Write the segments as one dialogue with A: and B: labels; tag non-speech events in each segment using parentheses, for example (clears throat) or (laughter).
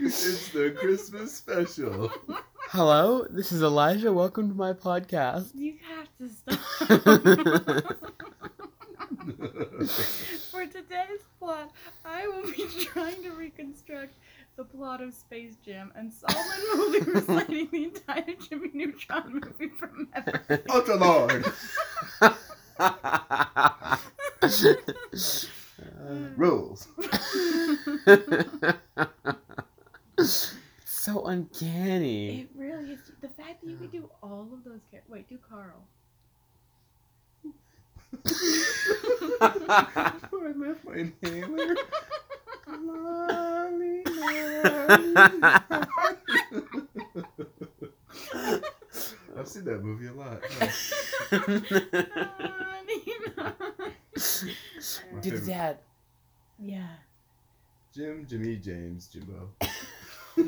A: it's the Christmas special.
B: Hello, this is Elijah. Welcome to my podcast.
C: You have to stop. For today's plot, I will be (laughs) trying to reconstruct the plot of Space Jam, and Solomon will be reciting the entire Jimmy Neutron movie from
B: (laughs)
C: memory.
A: Ultra Lord. Rules.
B: so uncanny.
C: it really is the fact that you could do all of those. Char- Wait, do Carl. (laughs)
A: Before I left my inhaler. I've seen that movie a lot. huh?
B: Do the dad.
C: yeah.
A: Jim, Jimmy, James, Jimbo.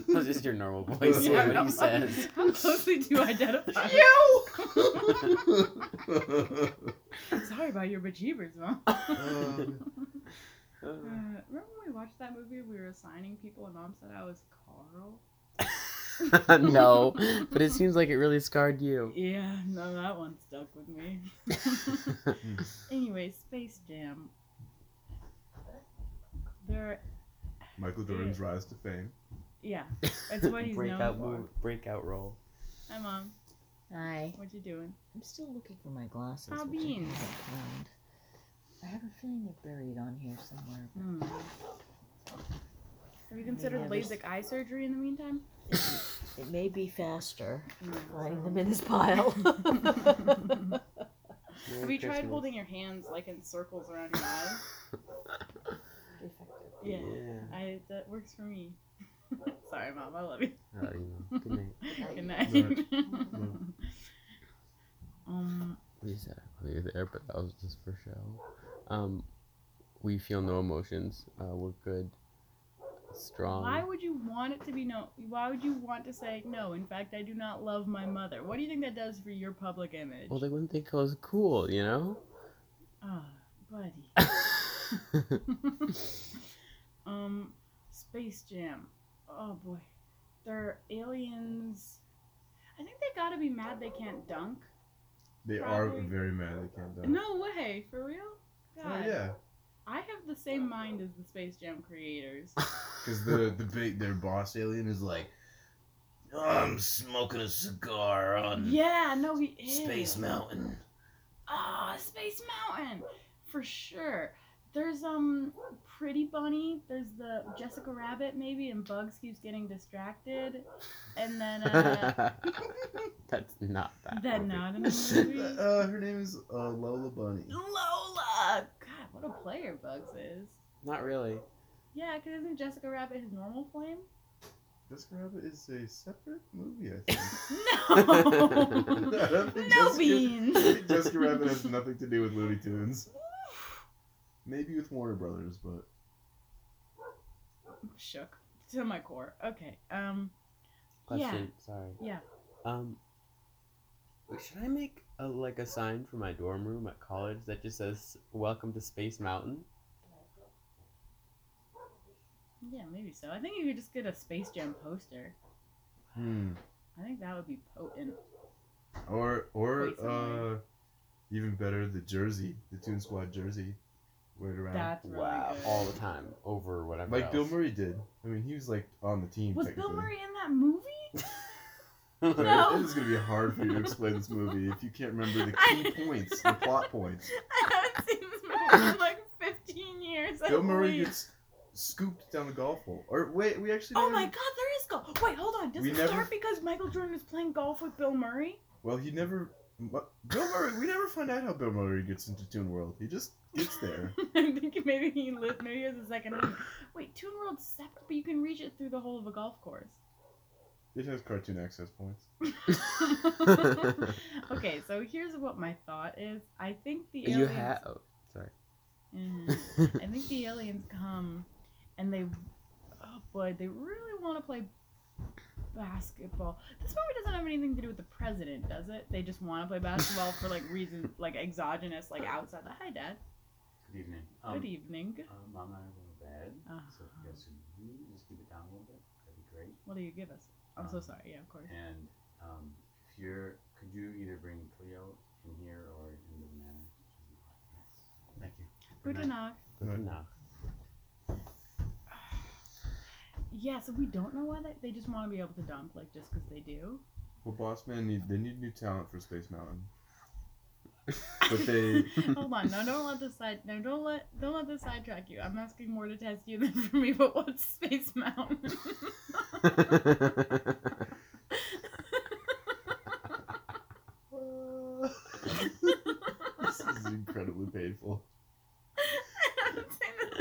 B: That's just your normal voice.
A: See
B: Yeah,
A: what
B: what
C: how-
B: he
C: (laughs)
B: says. (laughs)
C: How closely do you
A: (laughs)
C: identify?
A: You!
C: Sorry about your bejeebers, mom.
A: um,
C: Uh, remember when we watched that movie? We were assigning people, and mom said I was Carl.
B: no, but it seems like it really scarred you.
C: Yeah, no, that one stuck with me. anyway, Space Jam. There,
A: Michael Jordan's rise to fame.
C: yeah, that's what he's known
B: breakout
C: for.
B: move, breakout role.
C: Hi, mom.
D: Hi.
C: What you doing?
D: I'm still looking for my glasses.
C: Ah,
D: which I
C: beans.
D: haven't found. I have a feeling they're buried on here somewhere.
C: Hmm. Have you considered
D: Maybe I was-
C: LASIK eye surgery in the meantime?
D: It may be faster finding
C: No.
D: them in this pile.
C: (laughs)
D: (laughs)
B: Merry
C: Have you tried
B: Christmas.
C: holding your hands like in circles around your eyes? Yeah,
B: Yeah.
C: I that works for me. (laughs) Sorry, mom. I love you.
B: Oh, yeah. Good
C: (laughs)
B: night.
C: Good
D: Good
C: night.
A: night.
C: (laughs) um,
B: We said it earlier there, but that was just for show. Um, we feel no emotions. Uh, we're good, strong.
C: why would you want it to be no? Why would you want to say no? In fact, I do not love my mother. What do you think that does for your public image?
B: well, they wouldn't think I was cool, you
C: (laughs)
B: know. (laughs)
C: Ah, buddy. um, Space Jam. Oh boy, they're aliens. I think they gotta be mad they can't dunk.
A: They are
C: Probably.
A: very mad they can't die.
C: No way, for real.
A: Oh,
C: God,
A: yeah.
C: I have the same mind as the Space Jam creators.
A: Because the, (laughs) the big, their boss alien is like, I'm smoking a cigar on
C: yeah, no, he is.
A: Space Mountain.
C: Ah, Space Mountain, for sure. There's um Pretty Bunny. There's the Jessica Rabbit maybe, and Bugs keeps getting distracted, and then uh,
B: (laughs) That's not that.
C: that
B: movie.
C: not in
A: Uh, (laughs)
C: the movie.
A: uh, her name is uh, Lola Bunny.
C: Lola. God, what a player Bugs is.
B: Not really.
C: Yeah, because isn't Jessica Rabbit his normal flame?
A: Jessica Rabbit is a separate movie, I think.
C: (laughs) No.
A: (laughs) I don't think
C: no
A: Jessica- (laughs) I
C: beans.
A: think Jessica Rabbit has nothing to do with Looney Tunes. Maybe with Warner Brothers, but
C: Shook to my core. Okay. Um.
B: Question. Sorry.
C: Yeah.
B: Um. Should I make a like a sign for my dorm room at college that just says "Welcome to Space Mountain"?
C: Yeah, maybe so. I think you could just get a Space Jam poster.
A: hmm.
C: I think that would be potent.
A: Or or
C: Wait,
A: uh,
C: somebody-
A: even better, the jersey, the Toon Squad jersey, wear it around.
C: That's really good.
B: All the time, over whatever.
A: like Bill
B: else. (laughs)
A: Murray did. I mean, he was like on the team.
C: Was Bill
A: technically.
C: Murray in that movie? (laughs)
A: So
C: No.
A: It is gonna be hard for you to explain this movie if you can't
C: (laughs)
A: remember the
C: I-
A: key points, the plot
C: (laughs)
A: points.
C: I haven't seen this
A: (laughs)
C: movie in like 15 years. I
A: Bill Murray
C: believe.
A: gets scooped down the golf hole. Or wait, we actually.
C: Oh
A: never-
C: my god, there is golf. Wait, hold on. Does
A: We
C: it
A: never-
C: start because Michael Jordan is playing golf with Bill Murray?
A: Well, he never. what- Bill Murray. We never find out how Bill Murray gets into Toon World. He just gets there.
C: (laughs) I'm thinking maybe he lived, maybe he has a second. lane. Wait, Toon World's separate, but you can reach it through the whole of a
A: (laughs)
C: golf course. (laughs)
A: It has cartoon access points.
C: okay, so here's what my thought is. I think the aliens.
B: (laughs) You have. Oh, sorry.
C: Mhm.
E: (laughs)
C: I think the aliens come, and they, oh boy, they really want to play basketball. This movie doesn't have anything to do with the president,
E: (laughs)
C: does it? They just want to play basketball for like reasons, like exogenous, like outside the. Hi, Dad.
E: evening. Um,
C: Good evening.
E: uh, Mom and I are going to bed,
C: Uh,
E: so if you guys can really just keep it down a little bit, that'd be great.
C: what do you give us? I'm so
E: Um,
C: sorry. Yeah, of course.
E: And um, if you're, could you either bring Cleo in here or in the manor? Thank you.
C: Good enough.
E: Good
B: Good
E: enough.
C: Yeah, so we don't know why they, they just want to be able to dunk, like, just because they do.
A: Well, Boss Man need they need new talent for Space Mountain. But
C: (laughs)
A: they- (laughs)
C: Hold on, no, don't let this side. No, don't let don't let this sidetrack you. I'm asking more to test you (laughs) than for me. But what's Space Mountain? (laughs)
A: this is incredibly painful.
C: I'm saying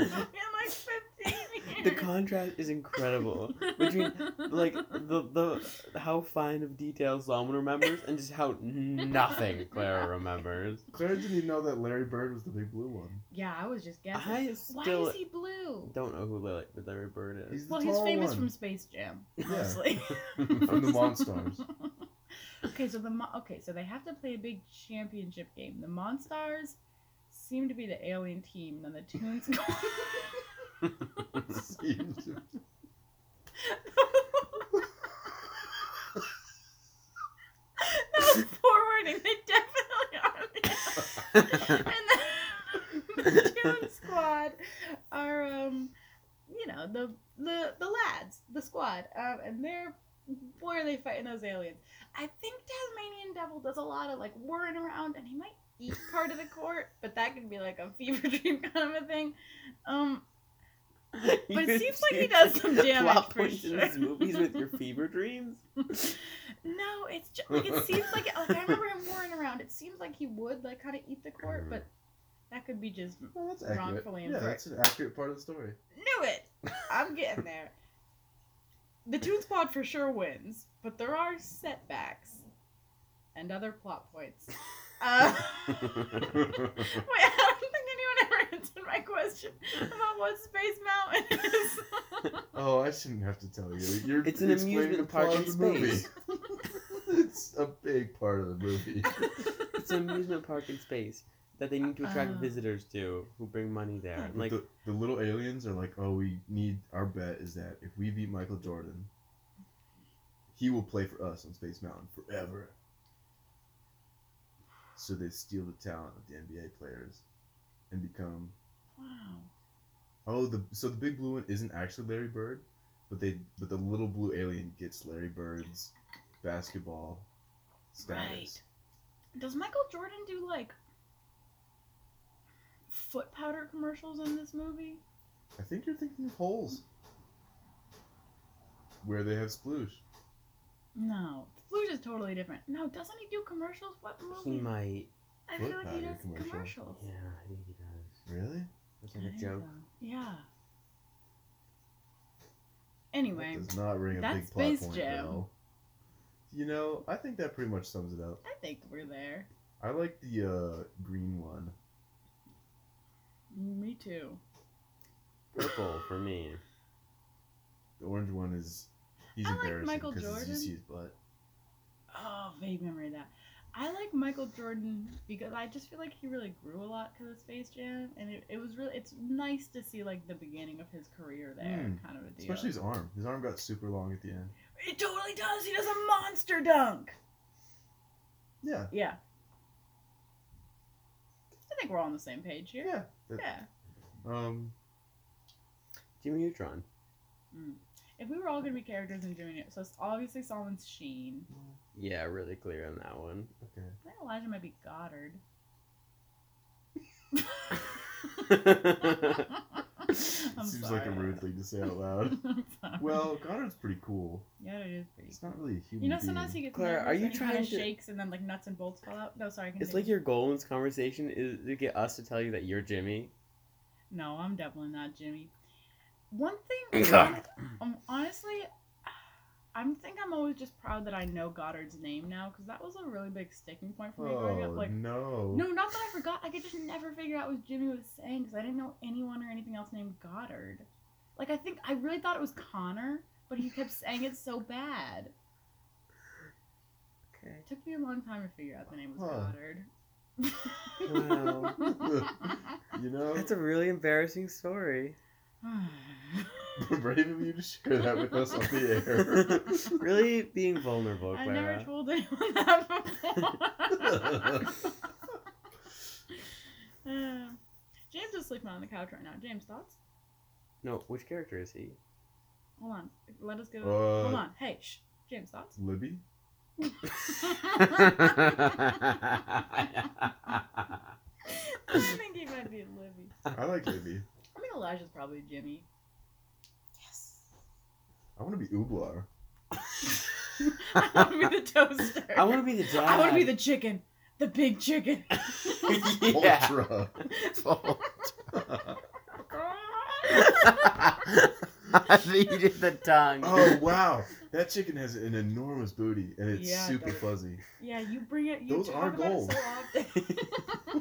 C: this in like 15 years.
B: the contrast is incredible
C: (laughs)
B: between like the the how fine of detail Solomon remembers and just how nothing
C: (laughs)
B: Clara remembers.
A: Claire didn't even know that Larry Bird was the big blue one.
C: yeah, I was just guessing.
B: I
C: Why
B: still
C: is he blue?
B: don't know who Larry, Larry Bird is.
A: He's the
C: Well, he's
A: tall
C: famous
A: one.
C: from Space Jam,
A: (laughs) Yeah.
B: (laughs)
C: mostly.
A: From the Monstars. (laughs)
C: okay, so the Mo- okay, so they have to play a big championship game. The Monstars seem to be the alien team, then the Toons.
A: Seems to-
C: forward, and they definitely are. and then (laughs) the Toon Squad are, um, you know, the the the lads, the squad, um, and they're boy are they fighting those aliens. I think Tasmanian Devil does a lot of like whirring around, and he might eat part of the court, but that could be like a fever (laughs) dream kind of a thing. Um,
B: You (laughs)
C: it seems like he
B: choose
C: does some damage
B: plot
C: for
B: points in
C: sure.
B: these movies with your fever dreams.
C: No, it's just like it seems like like I remember him warring around. It seems like he would like kind of eat the court, but that could be just knew
A: Well, oh, that's accurate.
C: Wrongfully
A: yeah,
C: infer-
A: that's an accurate part of the story.
C: it. I'm getting there. The Toon Squad for sure wins, but there are setbacks and other plot points. Uh, (laughs) wait, I don't think anyone ever answered my question about what Space Mountain is.
A: Oh, I shouldn't have to tell you. You're
B: It's an
A: explaining
B: amusement
A: the plot
B: park
A: of
B: in
A: the movie. (laughs) it's a big part of the movie.
B: It's an amusement park in space that they need to attract
C: Uh.
B: visitors to who bring money there.
A: But
B: Like
A: the, the little aliens are like, oh, we need our bet is that if we beat Michael Jordan, he will play for us on Space Mountain forever. So they steal the talent of the NBA players and become
C: wow.
A: oh the so the big blue one isn't actually Larry Bird, but they but the little blue alien gets Larry Bird's basketball status.
C: Does Michael Jordan do like foot powder commercials in this movie?
A: I think you're thinking of holes. Where they have sploosh.
C: No. Splooge is totally different. No, doesn't he do commercials? What
B: he
C: movie?
B: might.
C: I feel
A: Foot
C: like he
A: powder
C: does
A: commercial.
C: commercials.
B: Yeah, I think he does.
A: Really?
B: It's
C: I
B: like a
C: think
B: joke.
C: so. Yeah.
A: That
C: Anyway,
A: does not ring a
C: that's
A: big plot
C: Space
A: point
C: Jam.
A: at all. You know, I think that pretty much sums it up.
C: I think we're there.
A: I like the uh, green one.
C: Me too.
B: Purple for me.
A: The orange one is he's
C: I like
A: embarrassing
C: Michael
A: because you
C: Jordan.
A: see his butt.
C: Oh, vague memory of that. I like Michael Jordan because I just feel like he really grew a lot because of Space Jam, and it, it was really it's nice to see like the beginning of his career there,
A: Mm.
C: kind of a deal.
A: Especially his arm. His arm got super long at the end.
C: It totally does. He does a monster dunk.
A: Yeah.
C: Yeah. I think we're all on the same page here.
A: Yeah.
C: Yeah.
A: That- Um.
B: Jimmy Neutron.
C: Hmm. If we were all gonna be characters in doing it, so it's obviously Solomon's Sheen.
B: Yeah, really clear on that
C: (laughs)
B: one.
A: Okay.
C: I think Elijah might be Goddard. (laughs) I'm
A: Seems
C: sorry.
A: like a
C: (laughs)
A: rude thing to say out loud.
C: I'm sorry.
A: well, Goddard's pretty cool.
C: yeah, it is pretty.
A: He's not really a human.
C: You know,
A: being.
C: sometimes he gets
B: Claire,
C: nervous
B: are you
C: and he kinda
B: trying to-
C: shakes and then like nuts and bolts fall out. No, sorry.
B: it's
C: continue.
B: like your goal in this conversation is to get us to tell you that you're Jimmy.
C: No, I'm definitely not Jimmy. One
A: (clears throat)
C: thing, hon- um, honestly, I think I'm always just proud that I know Goddard's name now because that was a really big sticking point for me growing
A: Oh
C: up. Like,
A: no.
C: no, not that I forgot. I could just never figure out what Jimmy was saying because I didn't know anyone or anything else named Goddard. Like, I think I really thought it was Connor, but he kept saying it so bad.
D: Okay.
C: It took me a long time to figure out the name was
A: Huh.
C: Goddard.
B: Wow.
A: You You
C: (laughs)
A: know,
B: That's a really embarrassing story.
A: (laughs) brave of you to share that with us on the
C: (laughs)
A: air. (laughs)
B: really being vulnerable,
C: I've never
B: Clara.
C: told anyone (laughs) that before. (laughs) Uh, James is sleeping on the couch right now. James, thoughts?
B: No, which character is
C: (laughs)
B: he?
C: Hold on. Let us go.
A: Uh,
C: Hold on. Hey, shh.
A: (laughs)
C: James, thoughts?
A: Libby.
B: I
C: I think he might be Libby.
A: I like Libby.
C: I think Elijah's probably Jimmy. (laughs)
D: Yes.
A: I want to be Ublar.
C: I want to be the toaster.
B: want to be the dad.
C: I want to be the chicken. The big chicken. (laughs)
B: the (laughs) yeah.
A: Ultra.
B: (laughs) I needed the tongue.
A: oh wow, that chicken has an enormous booty and it's
C: Yeah, it
A: super
C: does.
A: fuzzy.
C: yeah, you bring it. You
A: Those
C: talk
A: are
C: about it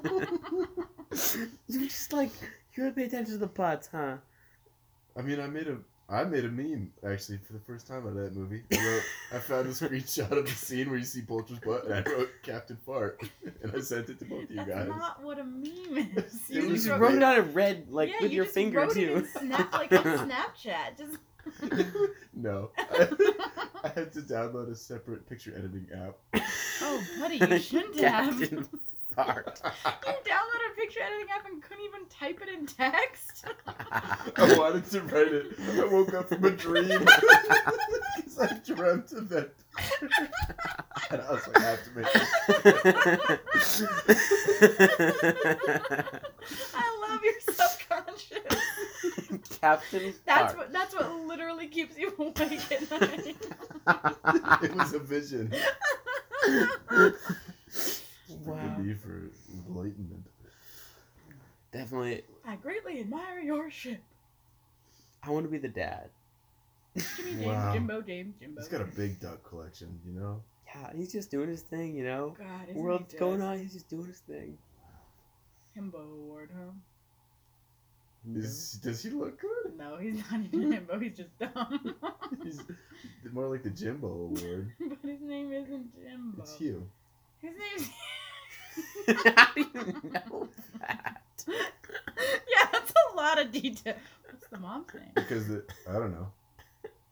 A: gold. (laughs)
C: So often.
B: (laughs) you just like you gotta pay attention to the plots, huh?
A: I mean, I made a I made a meme actually for the first time out of that movie. I, wrote, I found a screenshot of the scene where you see Bolter's butt, and I wrote Captain Fart, (laughs) and I sent it to both of you
C: That's
A: guys.
C: not what a meme is.
A: It
B: You
A: was
B: just
A: great.
B: wrote it on a red like
C: yeah,
B: with
C: you
B: your
C: just
B: finger
C: wrote
B: too.
C: It in snap like on Snapchat. Just
A: no, (laughs) I, I had to download a separate picture editing app.
C: oh, buddy,
B: (laughs)
C: you (laughs) shouldn't have. You
B: Captain Fart.
C: downloaded a picture editing app and couldn't even type it in text. (laughs)
A: I wanted to write it. I woke up from a dream (laughs) because I dreamt of that. (laughs) picture. and I was like, I have to make this.
C: I love
B: (laughs)
C: your subconscious. (laughs)
B: Captain
C: That's
B: Fart.
C: what. That's what literally keeps you (laughs) awake at night.
A: It was a vision.
B: (laughs) wow.
A: Good need for enlightenment.
B: Definitely,
C: I greatly admire your ship.
B: I want to be the dad.
C: Jimmy James,
A: Wow.
C: Jimbo James, Jimbo.
A: He's got a big duck collection, you know.
B: Yeah, he's just doing his thing, you know.
C: Oh, God, isn't
B: World's
C: he
B: going
C: just
B: on. He's just doing his thing. (laughs)
C: Himbo Award, huh?
A: Is, does he look good? (laughs)
C: No, he's not even Himbo. He's just dumb. (laughs)
A: He's more like the Jimbo Award.
C: but his name isn't Jimbo.
A: It's Hugh.
C: His name's (laughs)
B: How do you know that?
C: yeah, that's a lot of detail. What's the mom's name?
A: Because the, I don't know.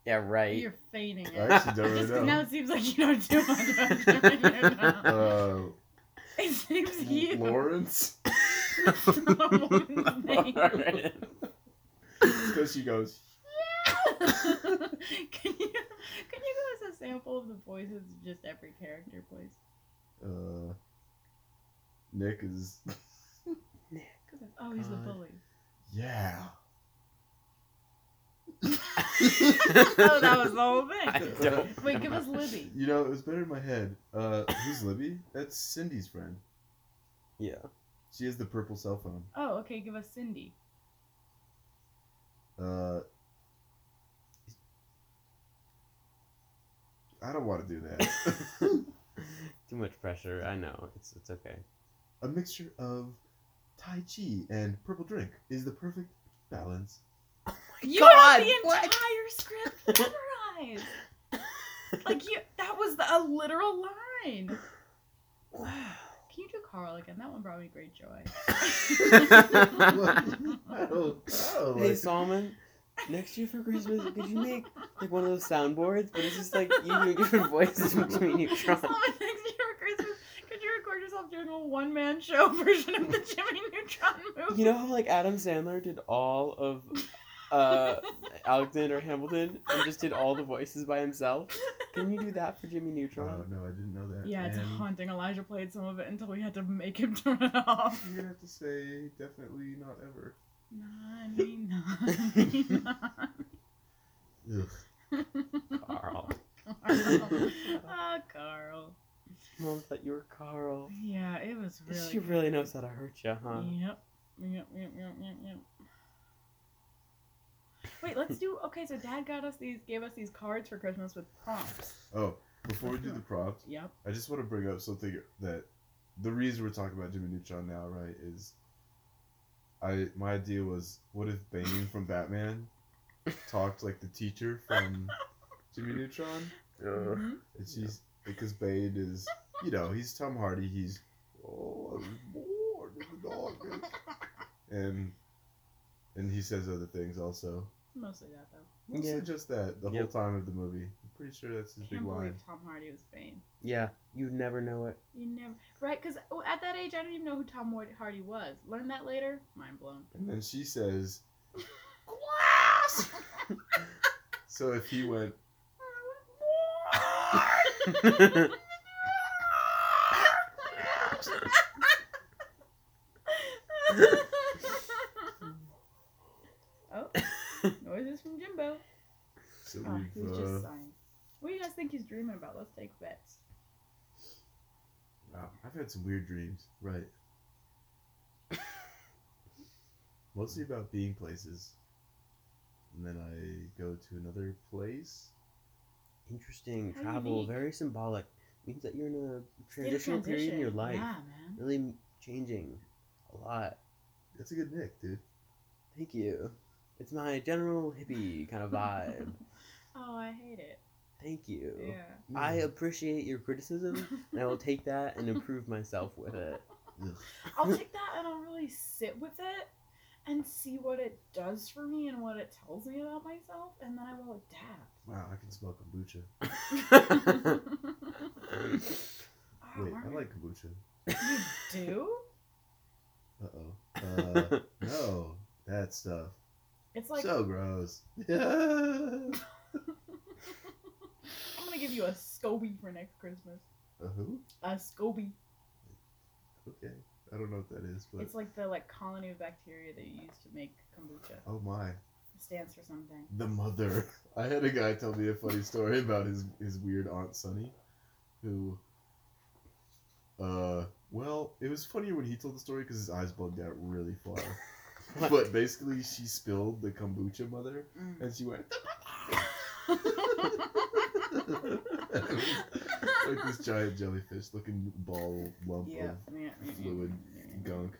B: Yeah, right. (laughs)
C: (laughs) You're feigning
A: I
C: it.
A: actually don't
C: Just 'cause
A: really
C: now
A: know.
C: it seems like you don't do much. don't you
A: (laughs)
C: know?
A: Uh,
B: (laughs)
C: It seems you. (laughs)
A: Lawrence, (laughs)
C: That's not a woman's name.
B: (laughs)
A: because she goes.
C: can you can you give us a sample of the voices of just every character, please?
A: Uh, Nick is. (laughs)
C: 'Cause I- Oh, he's the
B: God.
C: bully.
A: Yeah.
C: oh, that was the whole
B: I
C: thing.
A: (laughs)
B: don't.
C: Wait, give us Libby.
A: You know, it was better in my head. Uh, who's Libby? That's Cindy's friend.
B: (laughs) Yeah.
C: (laughs)
A: She has the purple cell phone.
C: Oh, okay, give us Cindy.
A: Uh, I don't want to do that.
B: Too much pressure. I know. It's it's okay.
A: a mixture of Tai Chi and purple drink is the perfect balance. (laughs)
C: You
B: God,
C: have the
B: what?
C: entire script
B: (laughs)
C: memorized. like you, that was the, a literal line.
B: Wow.
C: Can you do Carl again? That one brought me great
B: (laughs)
C: joy.
A: I don't know.
B: Hey
A: like-
B: Solomon, next year for Christmas, could you make like one of those soundboards? But it's just like you doing different (laughs) voices between
C: (laughs)
B: each
C: Solomon,
B: one.
C: next year for Christmas, could you record yourself doing a one-man show (laughs) version of the Jimmy Neutron movie?
B: You know how like Adam Sandler did all of uh, Alexander Hamilton and just did all the voices by himself? Can you do that for Jimmy
A: Oh
B: Neutron?
A: no, I didn't know that.
C: yeah, it's
A: And
C: haunting. Elijah played some of it until we had to make him (laughs) turn it
B: (laughs)
C: off.
A: You're gonna have to say definitely not ever.
C: Nani, nani, (laughs) nani.
A: Ugh.
B: Carl.
C: Carl. Ah, Carl.
B: Mom thought you were Carl.
C: Yeah, it was really.
B: She really knows how to hurt you, huh?
C: Yep. Yep. Yep. Yep. Yep. Yep. Wait, let's do. Okay, so Dad got us these, gave us these cards for Christmas with prompts.
A: Oh, before we do the prompt,
C: Yep.
A: I just want to bring up something that the reason we're talking about Jimmy Neutron now, right, is I my idea was what if Bane from Batman talked like the teacher from Jimmy Neutron?
C: Mhm.
A: And she's because Bane is, you know, he's Tom Hardy. He's oh, I was born in the darkness. and and he says other things also.
C: Mostly that though.
A: Mostly
B: Yeah.
A: just that the whole
B: Yep.
A: time of the movie. I'm pretty sure that's his big
C: Can't believe
A: line.
C: Tom Hardy was Bane.
B: Yeah, you never know it.
C: You never right because at that age I don't even know who Tom Ward- Hardy was. Learn that later. Mind blown. (laughs)
A: And then she says,
C: Glass.
A: (laughs) "So if he went,
C: oh, noises from Jimbo.
A: so
C: Oh, he
A: we've
C: was just
A: uh,
C: sighing. What do you guys think he's dreaming about? Let's take bets.
A: wow, I've had some weird dreams, right? (laughs) Mostly about being places, and then I go to another place.
B: Interesting
C: How
B: travel,
C: unique.
B: very symbolic. Means that you're in a
C: State of
B: transitional period in your
C: transition.
B: life,
C: Yeah, man.
B: really changing a lot.
A: That's a good nick, dude.
B: Thank you. It's my general hippie kind of
C: (laughs)
B: vibe.
C: Oh, I hate it.
B: Thank you.
C: Yeah.
B: I appreciate your criticism, and I will take that and improve myself with it.
C: (laughs) I'll take that and I'll really sit with it and see what it does for me and what it tells me about myself, and then I will adapt.
A: Wow, I can smell kombucha. (laughs)
C: Ah,
A: Wait, I
C: Margaret,
A: like kombucha.
C: You do?
A: Uh-oh. Uh No, that stuff.
C: It's like
A: so gross. (laughs) Uh,
C: I'm gonna give you a SCOBY for next Christmas.
A: A who?
C: A SCOBY.
A: Okay. I don't know what that is, but
C: It's like the like colony of bacteria that you use to make kombucha.
A: oh my,
C: It stands for something.
A: the mother. (laughs) I had a guy tell me a funny story about his his weird aunt Sunny, who. Uh, well, it was funnier when he told the story because his eyes bugged out really far. but basically, she spilled the kombucha mother,
C: Mm.
A: and she went. (laughs) like this giant jellyfish looking ball lump
C: yeah.
A: of
C: yeah, yeah,
A: fluid
C: yeah, yeah.
A: gunk.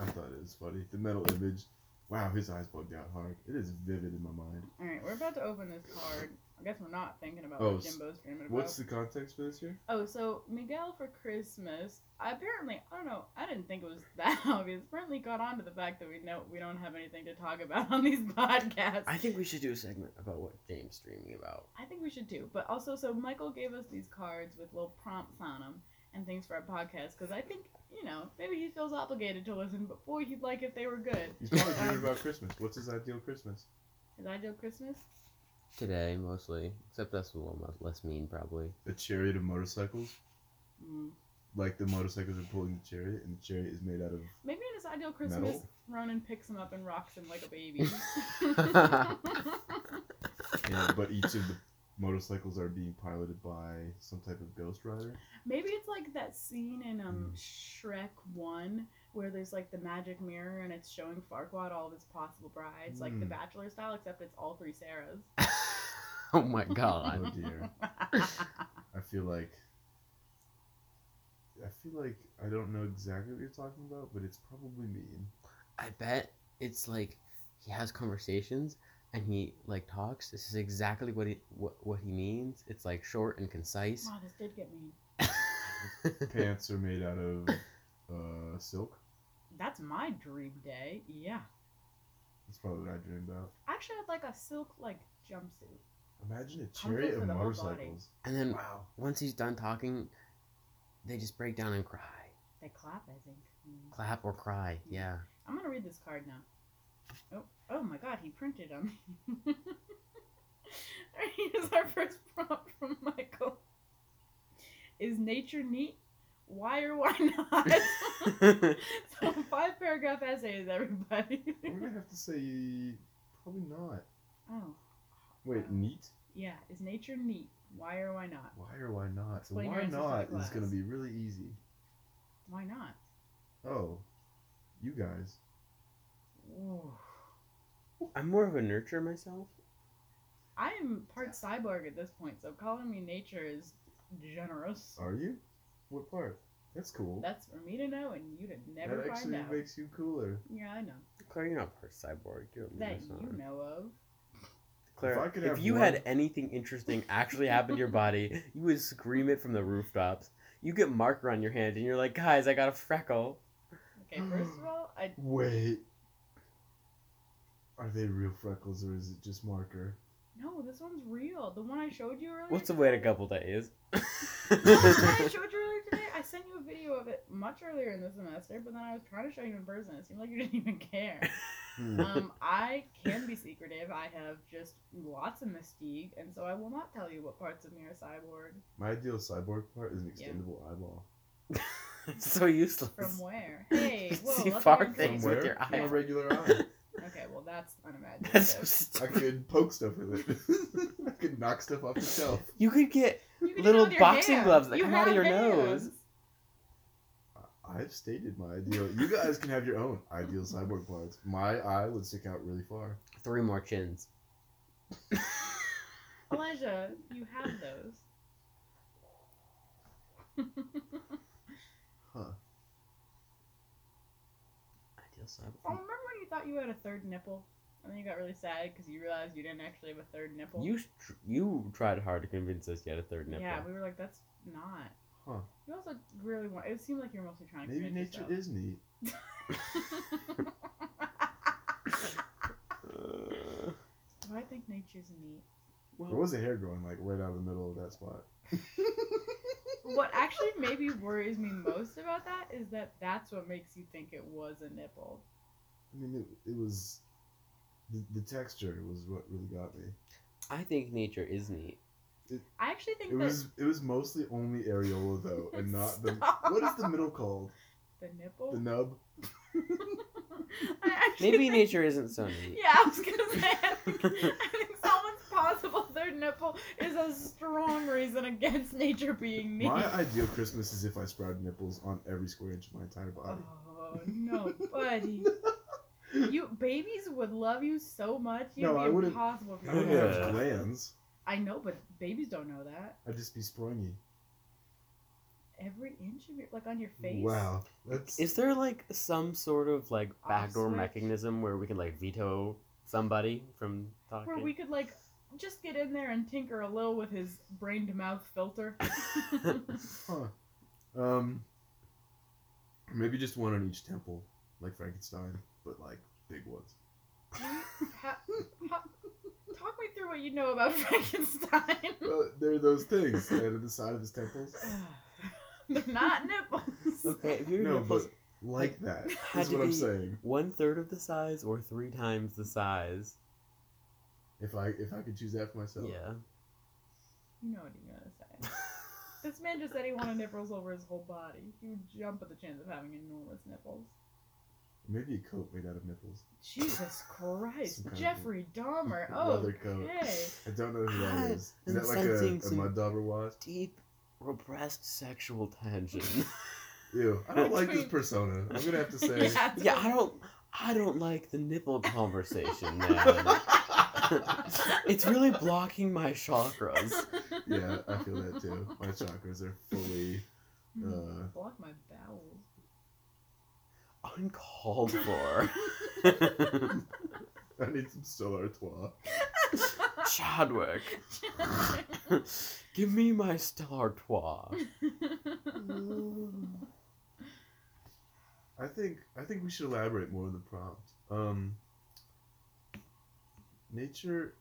A: I thought it was funny. The mental image. Wow, his eyes bugged out hard. It is vivid in my mind.
C: All right, we're about to open this card. I guess we're not thinking about
A: Oh,
C: what
A: s-
C: Jimbo's dreaming about.
A: What's the context for this year?
C: Oh, so Miguel for Christmas. I apparently, I don't know. I didn't think it was (laughs) that obvious. Apparently, caught on to the fact that we know we don't have anything to talk about on these (laughs) podcasts.
B: I think we should do a segment about what James dreaming about.
C: I think we should too. But also, so Michael gave us these cards with little prompts on them and things for our podcast because I think you know maybe he feels obligated to listen, but boy, he'd like if they were good.
A: He's probably dreaming
C: (laughs)
A: about Christmas. What's his ideal Christmas?
C: His ideal Christmas.
B: Today, mostly. Except that's a little mo- less mean,
C: (laughs)
B: probably.
A: A chariot of motorcycles?
C: Mm.
A: Like the motorcycles are pulling the chariot, and the chariot is made out of.
C: Maybe in his ideal Christmas,
A: Metal?
C: Ronan picks him up and rocks him like a baby.
A: (laughs)
C: (laughs)
A: yeah, but each of the motorcycles are being piloted by some type of ghost rider.
C: Maybe it's like that scene in um Shrek One where there's like the magic mirror and it's showing Farquaad all of his possible brides, like The
A: Mm.
C: Bachelor style, except it's all three Sarahs.
B: (laughs) oh my
A: Oh
B: god.
C: (laughs)
A: dear. I feel like. I feel like I don't know exactly what you're talking about, but it's probably mean.
B: I bet it's like he has conversations and he like talks. This is exactly what he what, what he means. It's like short and concise.
C: wow, this did get mean.
A: Pants are made out of uh, silk.
C: That's my dream day. Yeah.
A: That's probably what I dream about.
C: Actually, I'd like a silk like jumpsuit.
A: Imagine a
C: Comfort
A: chariot
C: for
A: of
C: the whole
A: motorcycles.
B: (laughs) and then
E: Wow.
B: once he's done talking, they just break down and cry.
C: They clap, I think. Mm.
B: Clap or cry. Yeah. (laughs)
C: I'm gonna read this card now. Oh, oh my God, he printed on (laughs) me. Here's our first prompt from Michael. Is nature neat? Why or why (laughs) not? so five paragraph essays, everybody. (laughs)
A: We're gonna have to say probably not.
C: oh,
A: Wait, neat?
C: yeah. Is nature neat? Why or why not?
A: Why or why not? So
C: Explain your
A: why
C: answers to
A: not
C: the
A: is gonna
C: class.
A: be really easy.
C: Why not?
A: Oh, you guys.
C: Ooh.
B: I'm more of a nurturer myself.
C: I am part cyborg at this point, so calling me nature is generous.
A: Are you? What part? That's cool.
C: That's for me to know and you to never
A: that
C: find
A: actually
C: out.
A: makes you cooler.
C: Yeah, I know.
B: Claire, you're not part cyborg. You're a
C: That
B: Renaissance.
C: you know of.
A: If
B: Claire,
A: I
B: if,
A: could have
B: you
A: one-
B: had anything interesting actually happen to your body, you would scream it from the rooftops. You get marker on your hand, and you're like, guys, I got a freckle. (gasps)
C: Okay, first of all, I
A: Wait. Are they real freckles or is it just marker?
C: no, this one's real. The one I showed you earlier.
B: What's the way to couple (laughs) days?
C: (laughs) The one
B: (laughs)
C: I showed you earlier today. I sent you a video of it much earlier in the semester, but then I was trying to show you in person. It seemed like you (laughs) didn't even care.
B: (laughs)
A: Hmm.
C: um, I can be secretive. I have just lots of mystique, and so I will not tell you what parts of me are cyborg.
A: My ideal cyborg part is an extendable eyeball.
B: so useless. (laughs)
C: From where? Hey,
B: You
C: whoa,
B: see
C: let's
B: far
C: learn
B: things
A: From
C: things.
B: with
A: where?
B: your
A: From a
B: eyeball.
A: regular eye.
C: Okay, well that's unimaginative.
B: That's so
A: I
B: stupid.
A: could poke stuff with it. (laughs) I could knock stuff off the shelf.
B: You could get
C: You can do it
B: little
C: with your
B: boxing
C: hands.
B: gloves that
C: You
B: come out of
C: have
B: your nose.
C: hands.
A: I- I've stated my ideal. You guys can have your own ideal cyborg parts. My eye would stick out really far.
B: three more chins.
C: Elijah, you have those.
A: Huh.
B: Ideal
C: Oh,
B: cyborg.
C: remember when you thought you had a third nipple, and then you got really sad because you realized you didn't actually have a third nipple.
B: You tr- you tried hard to convince us you had a third nipple.
C: Yeah, we were like, that's not.
A: Huh.
C: You also really want. It seemed like you're mostly trying to.
A: Maybe
C: convince
A: nature
C: yourself.
A: is neat.
B: Uh,
C: Do I think nature's neat?
B: well,
A: There was a hair growing like right out of the middle of that spot.
C: What actually maybe worries me most about that is that that's what makes you think it was a nipple.
A: I mean, it, it was the, the texture was what really got me.
B: I think nature is neat.
C: I actually think (laughs)
A: It
C: that
A: was it was mostly only areola though, and not the what is the middle called?
C: the nipple. (laughs)
A: The nub.
C: I actually
B: Maybe
C: think-
B: nature isn't
C: (laughs)
B: so neat.
C: Yeah, I was gonna say. I
A: (laughs)
C: think, I think someone's possible third nipple is a strong reason against nature being neat.
A: My ideal Christmas is if I sprouted nipples on every square inch of my entire body.
C: Oh no,
A: (laughs)
C: buddy. You babies would love you so much. You'd
A: No,
C: be
A: I wouldn't-
C: impossible for
A: I
C: you
A: would
C: to
B: wouldn't
A: have
B: Oh. Yeah.
A: glands.
C: I know, but babies don't know that.
A: I'd just be springy.
C: Every inch of your, like on your face.
A: Wow, that's
B: Is there like some sort of like
C: Off
B: backdoor
C: switch?
B: mechanism where we can like veto somebody from talking?
C: Where we could like just get in there and tinker a little with his brain to mouth filter.
A: huh. Um, maybe just one on each temple, like Frankenstein, but like big ones.
C: Ha- ha- talk me through what you know about (laughs)
A: (laughs)
C: Frankenstein.
B: Hmm.
A: Well, there are those things that are the side of
B: (sighs)
A: his temples.
C: They're not nipples.
B: okay, if you're
A: No,
B: gonna
A: but
B: put
A: like that
B: Had
A: is
B: to
A: what I'm
B: be-
A: saying.
B: one third of the size or three times the size,
A: If I if I could choose that for myself,
B: yeah.
C: You know what he's
A: (laughs)
C: gonna say. This man just said he wanted nipples over his whole body. He would jump at the chance of having enormous nipples.
A: maybe a coat made out of nipples.
C: Jesus Christ.
A: Some kind of
C: Jeffrey Dahmer.
A: (laughs)
C: Oh,
A: leather
C: (laughs)
A: coat.
C: okay.
A: I don't know who that
B: I
A: is.
B: am
A: Is that like a,
B: sensing
A: a
B: some-
A: mud dauber wasp?
B: Deep repressed sexual tension.
A: Ew, I don't like this
C: Between-
A: persona. I'm
B: (laughs)
A: gonna have to say.
C: Yeah,
B: yeah, I don't I don't like the (laughs) nipple conversation, (laughs) man. it's really blocking my chakras.
A: yeah, I feel
C: (laughs)
A: that too. My chakras are fully. (laughs) Uh,
C: Block my bowels.
B: Uncalled for.
A: I need some solar toit.
B: (laughs) Chadwick. Give me my Stellar (laughs) Trois.
A: I think I think we should elaborate more on the prompt. Um, nature.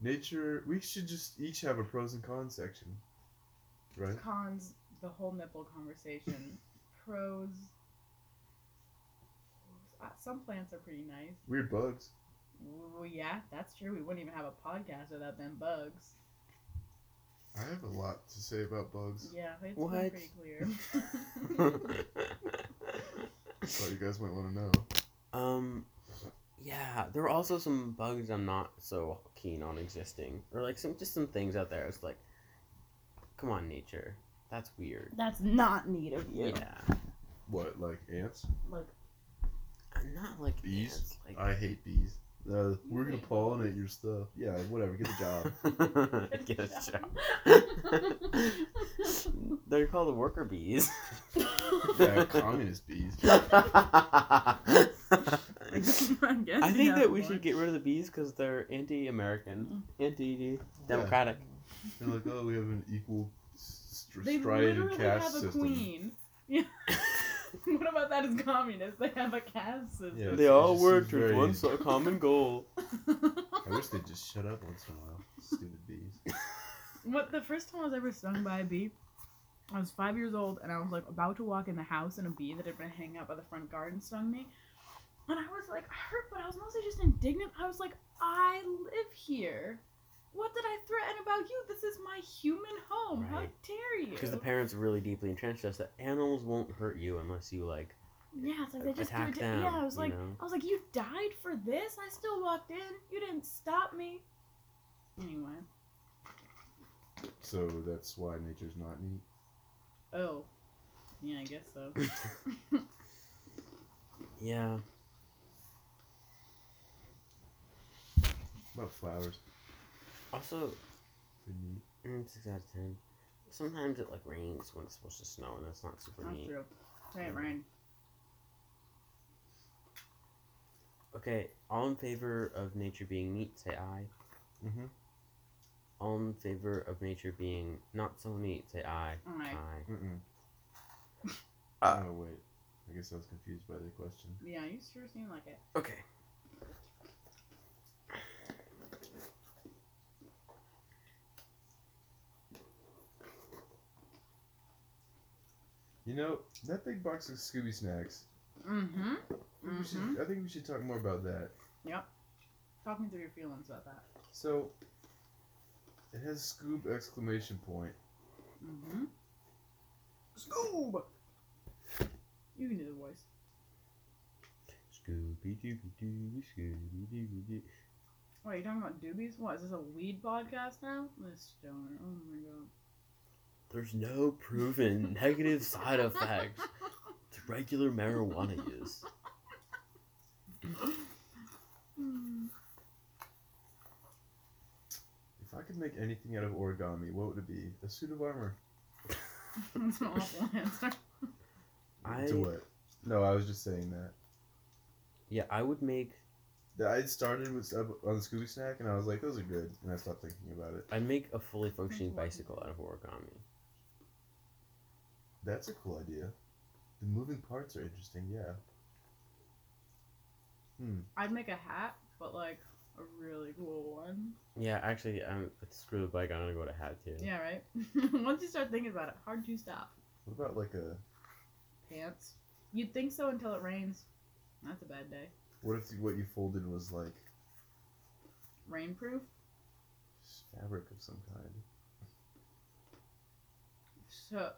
A: Nature. We should just each have a pros and cons section, right?
C: (laughs) Cons, the whole nipple conversation. Pros. Uh, Some plants are pretty nice.
A: Weird bugs.
C: Well, yeah, that's true. We wouldn't even have a podcast without them bugs.
A: I have a lot to say about bugs.
C: Yeah, it's been
B: What?
C: pretty clear.
A: But you guys might want to know.
B: um, yeah, there are also some bugs I'm not so keen on existing, or like some just some things out there. It's like, come on, nature, that's weird.
C: That's not neat of
B: Yeah,
A: What like ants?
B: (laughs)
C: Like,
B: I'm not like
A: Bees?
B: ants, like
A: I hate bees. Uh, we're gonna
C: hate
A: pollinate your stuff. Yeah, whatever. Get a
C: (laughs)
B: (laughs)
A: job.
B: Get a job. (laughs) They're called worker bees.
A: yeah, communist bees.
B: I think that we should get rid of the bees because they're anti-American, anti-democratic.
A: They're like, oh, we have an equal s-
C: They
A: strided
C: literally
A: caste
C: (laughs) have a
A: system.
C: queen. what about that as communists? They have a caste system.
A: Yeah.
B: They
A: it
B: all
A: just
B: work
A: seems
B: towards
A: very-
B: one so- common goal.
A: I wish they'd just shut up once in a while. Stupid bees.
C: What the first time I was ever stung by a bee, I was five years old and I was like about to walk in the house and a bee that had been hanging out by the front garden stung me. And I was like hurt, but I was mostly just indignant. I was like, I live here. What did I threaten about you? This is my human home. How
B: Right.
C: dare you?
B: Because the parents are really deeply entrenched us that animals won't hurt you unless you like
C: yeah, it's like they just do
B: attack
C: it to-
B: them.
C: Yeah, I was
B: you
C: like,
B: know?
C: I was like, you died for this? I still walked in. You didn't stop me. Anyway,
A: So that's why nature's not neat.
C: oh, yeah, I guess so.
B: yeah.
A: What about flowers?
B: Also,
A: They're neat.
B: mm, six out of ten. Sometimes it like rains when it's supposed to snow, and that's not super
C: That's
B: neat.
C: true. Right, Ryan.
B: Okay, all in favor of nature being neat, say aye.
A: Mm-hmm.
B: All in favor of nature being not so neat, say aye.
C: Aye.
A: Mm-mm.
B: Uh.
A: oh wait, I guess I was confused by the question.
C: Yeah, you sure seem like it.
B: Okay.
A: You know that big box of Scooby snacks.
C: Mm-hmm.
A: I think we should-
C: Mm-hmm.
A: I think we should talk more about that.
C: Yep. Talk me through your feelings about that.
A: So, it has Scoob exclamation point.
C: Mm-hmm. Scoob! You can do the voice.
B: Scooby Dooby Doo, Scooby Dooby Doo.
C: Wait, you're talking about doobies? What, is this a weed podcast now? This stoner. Oh my god.
B: There's no proven (laughs) negative side effects to regular marijuana
A: (laughs)
B: use.
C: Hmm.
A: If I could make anything out of origami, what would it be? A suit of armor.
C: (laughs) That's an awful answer.
B: I
A: To what? No, I was just saying that.
B: yeah, I would make
A: That I started with up on the Scooby snack, and I was like, those are good, and I stopped thinking about it.
B: I'd make a fully functioning
C: Thanks a lot.
B: bicycle out of origami.
A: That's a cool idea. The moving parts are interesting. Yeah. Hmm.
C: I'd make a hat, but like a really cool one.
B: Yeah, actually, um, screw the bike. I'm gonna go to hat too.
C: Yeah, right? (laughs) Once you start thinking about it, hard to stop.
A: What about like a
C: Pants. You'd think so until it rains. That's a bad day.
A: What if what you folded was like
C: Rainproof?
A: fabric of some kind?
C: So.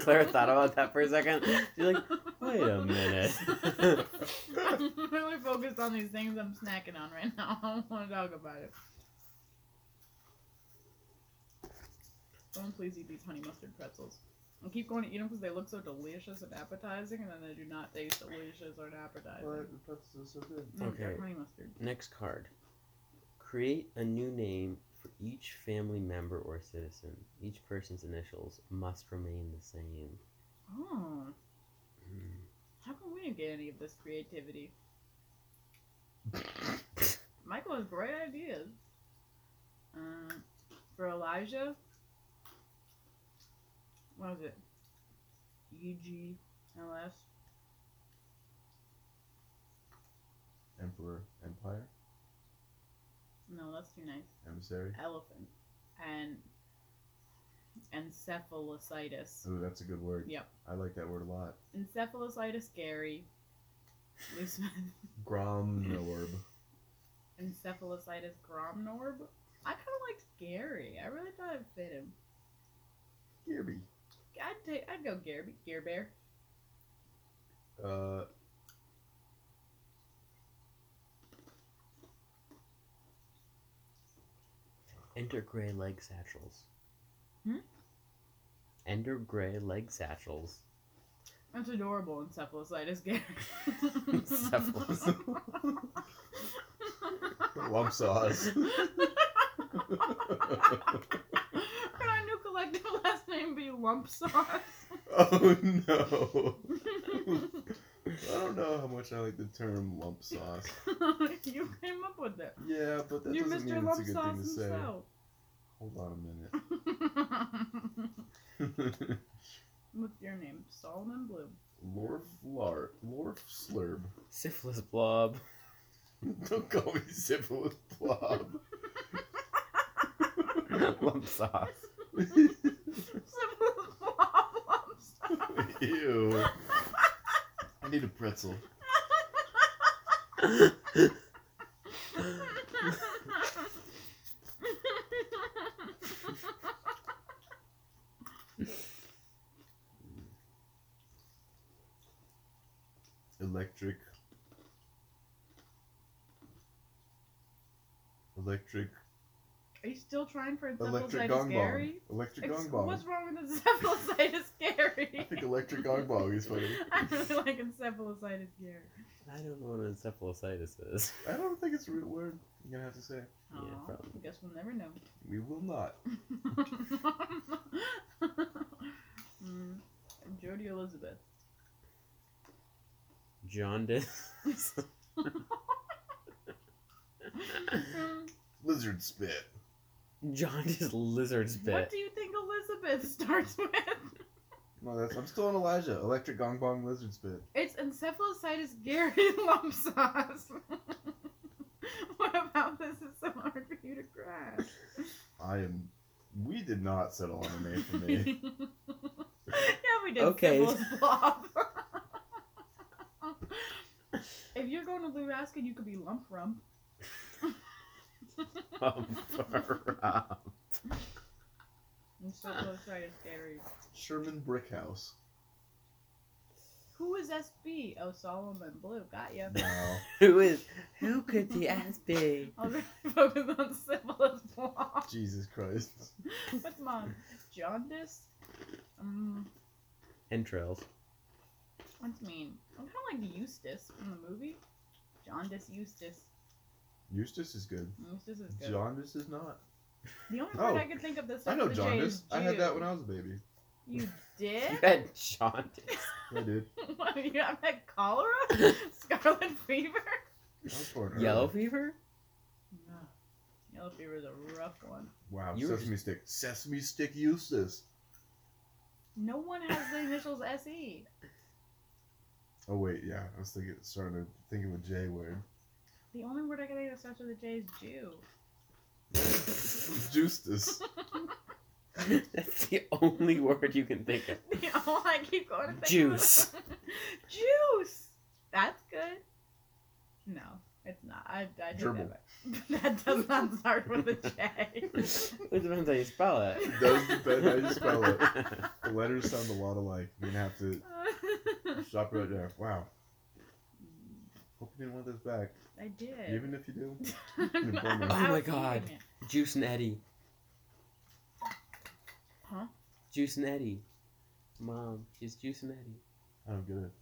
B: (laughs) Clara thought about that for a second. She's like, "Wait a minute."
C: (laughs) I'm really focused on these things I'm snacking on right now. (laughs) I don't want to talk about it. Someone please eat these honey mustard pretzels. I keep going to eat them because they look so delicious and appetizing, and then they do not taste delicious or appetizing.
A: Well, the pretzels are so good.
C: Mm, they're
B: Okay.
C: honey mustard.
B: Next card. Create a new name for each family member or citizen. Each person's initials must remain the same.
C: Oh,
B: Hmm.
C: how come we didn't get any of this creativity? Michael has great ideas. Uh, for Elijah, what was it? E EGLS?
A: Emperor, empire,
C: No, that's too nice.
A: emissary.
C: Elephant. And encephalocytis.
A: Oh, that's a good word.
C: Yep.
A: I like that word a lot.
C: Encephalocytis Gary. Loose-
A: Gromnorb.
C: encephalocytis Gromnorb. I kind of liked Gary. I really thought it fit him.
A: Gearby.
C: I'd take. I'd go Gary. Gear Bear.
A: Uh.
B: Enter gray leg satchels.
C: Hmm?
B: Enter gray leg
C: (laughs)
B: satchels.
C: That's adorable. Encephalocytis Gary. (laughs)
B: Encephalocytis.
A: Lump sauce.
C: Could our new collective last name be Lump Sauce?
A: (laughs)
C: (laughs)
A: oh no. (laughs) I don't know how much I like the term lump sauce.
C: you came up with it.
A: Yeah, but that
C: You're
A: doesn't
C: Mr.
A: mean it's a
C: Lump
A: good
C: Sauce
A: thing to say.
C: himself. (laughs)
A: Hold on a minute. (laughs)
C: What's your name? Solomon Bloom. (laughs)
A: Lorf Lar Lorf Slurb.
B: Syphilis blob.
A: (laughs) Don't call me syphilis blob.
B: (laughs) Lump sauce.
A: Ew. I need a pretzel. Electric. Electric.
C: (laughs) Are you still trying for
A: Electric
C: encephalitis
A: gong
C: Gary?
A: bong. Electric
C: Ex-
A: gong bong.
C: What's wrong with (laughs) encephalitis
A: I
C: Gary?
A: think electric gong bong is funny.
C: (laughs) I really like encephalitis Gary.
B: I don't know what encephalitis is.
A: I don't think it's a root word. You're gonna have to say.
B: Yeah,
C: Aw,
B: probably.
C: I guess we'll
A: (laughs)
C: never know.
A: We will not.
C: Mm, Jody Elizabeth. (laughs)
B: Jaundice.
A: Lizard spit.
B: Jaundice lizard
C: What
B: spit.
C: do you think Elizabeth starts with?
A: No, that's. I'm still on Elijah. Electric gong bong lizard spit.
C: It's encephalitis Gary (laughs) lump sauce. (laughs) what about this is so hard for you to grasp?
A: I am. We did not settle on a name for
C: (laughs)
A: me.
C: yeah, we did.
B: Okay.
C: Sybil's (laughs) blob. if you're going to Lou Raskin, you could be Lump Rump.
B: Bumper
C: I'm so close, sorry, it's Gary.
A: Sherman Brickhouse.
C: Who is SB? Oh, Solomon Blue. Got
A: (laughs)
C: ya.
A: No.
B: who is? Who
C: (laughs)
B: could the ass be?
C: I'll really focus on Sybil's blob.
A: Jesus Christ.
C: What's mine? Jaundice? Um,
B: Entrails.
C: what's mean? I'm kind of like Eustace from the movie. Jaundice Eustace.
A: Eustace is good.
C: Eustace Oh, is good.
A: Jaundice is not.
C: the only
A: Oh.
C: word I could think of this
A: I know
C: the J is
A: jaundice. I had that when
C: Jew.
A: I was a baby. (laughs)
C: You
B: You
C: did?
B: had jaundice.
A: I did.
C: (laughs) What, you have that
A: (laughs)
C: cholera? Scarlet fever?
A: I was born early.
B: Yellow fever?
C: Ugh. Yellow fever is a rough one.
A: Wow.
B: You were
A: sesame stick. Sesame stick Eustace.
C: No one has the initials E. SE.
A: Oh wait, yeah. I was thinking, starting to think of a J word. (laughs)
C: The only word I can think that starts with a J is Jew. (laughs)
A: Justice.
B: (laughs) That's the only word you can think of.
C: You know, I keep going to think of it.
B: Juice.
C: Juice. That's good. No, it's not. I, I did
A: Dribble.
C: That, (laughs) that does not start with
A: (laughs)
C: a J. (laughs)
B: (laughs) It depends how you spell it.
A: It does
B: (laughs)
A: depend how you spell it. The letters sound a lot alike. You're gonna have to stop right there. Wow. Hope you didn't want this back.
C: I did.
A: Even if you do.
C: (laughs) I'm
A: bummer. Oh
C: not-
B: my
C: I was
B: God.
C: eating it.
B: (laughs) Juice and Eddie.
C: Huh?
B: Juice and Eddie. Mom, she's Juice and (laughs) Eddie.
A: I don't get it.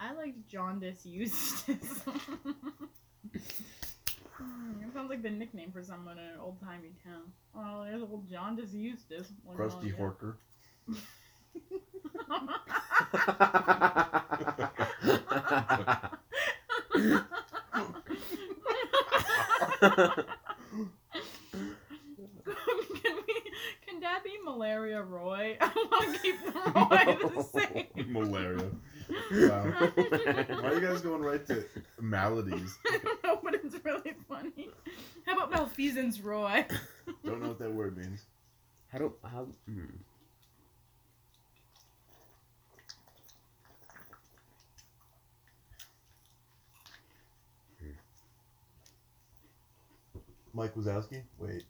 C: I like jaundice (laughs) Eustace. Hmm, it sounds like the nickname for someone in an old timey town. Oh, there's old jaundice Eustace. What do you
A: Crusty
C: wanna
A: Horker. (laughs)
C: do? (laughs) can we? Can that be malaria, Roy? (laughs) I want to keep Roy the same. (laughs)
A: Malaria. Wow. Why are
B: Why
A: you guys going right to maladies?
C: I don't know, but it's really funny. How about malfeasance, Roy?
A: Don't know what that word means.
B: How do how? Mm.
A: Mike Wazowski? Wait.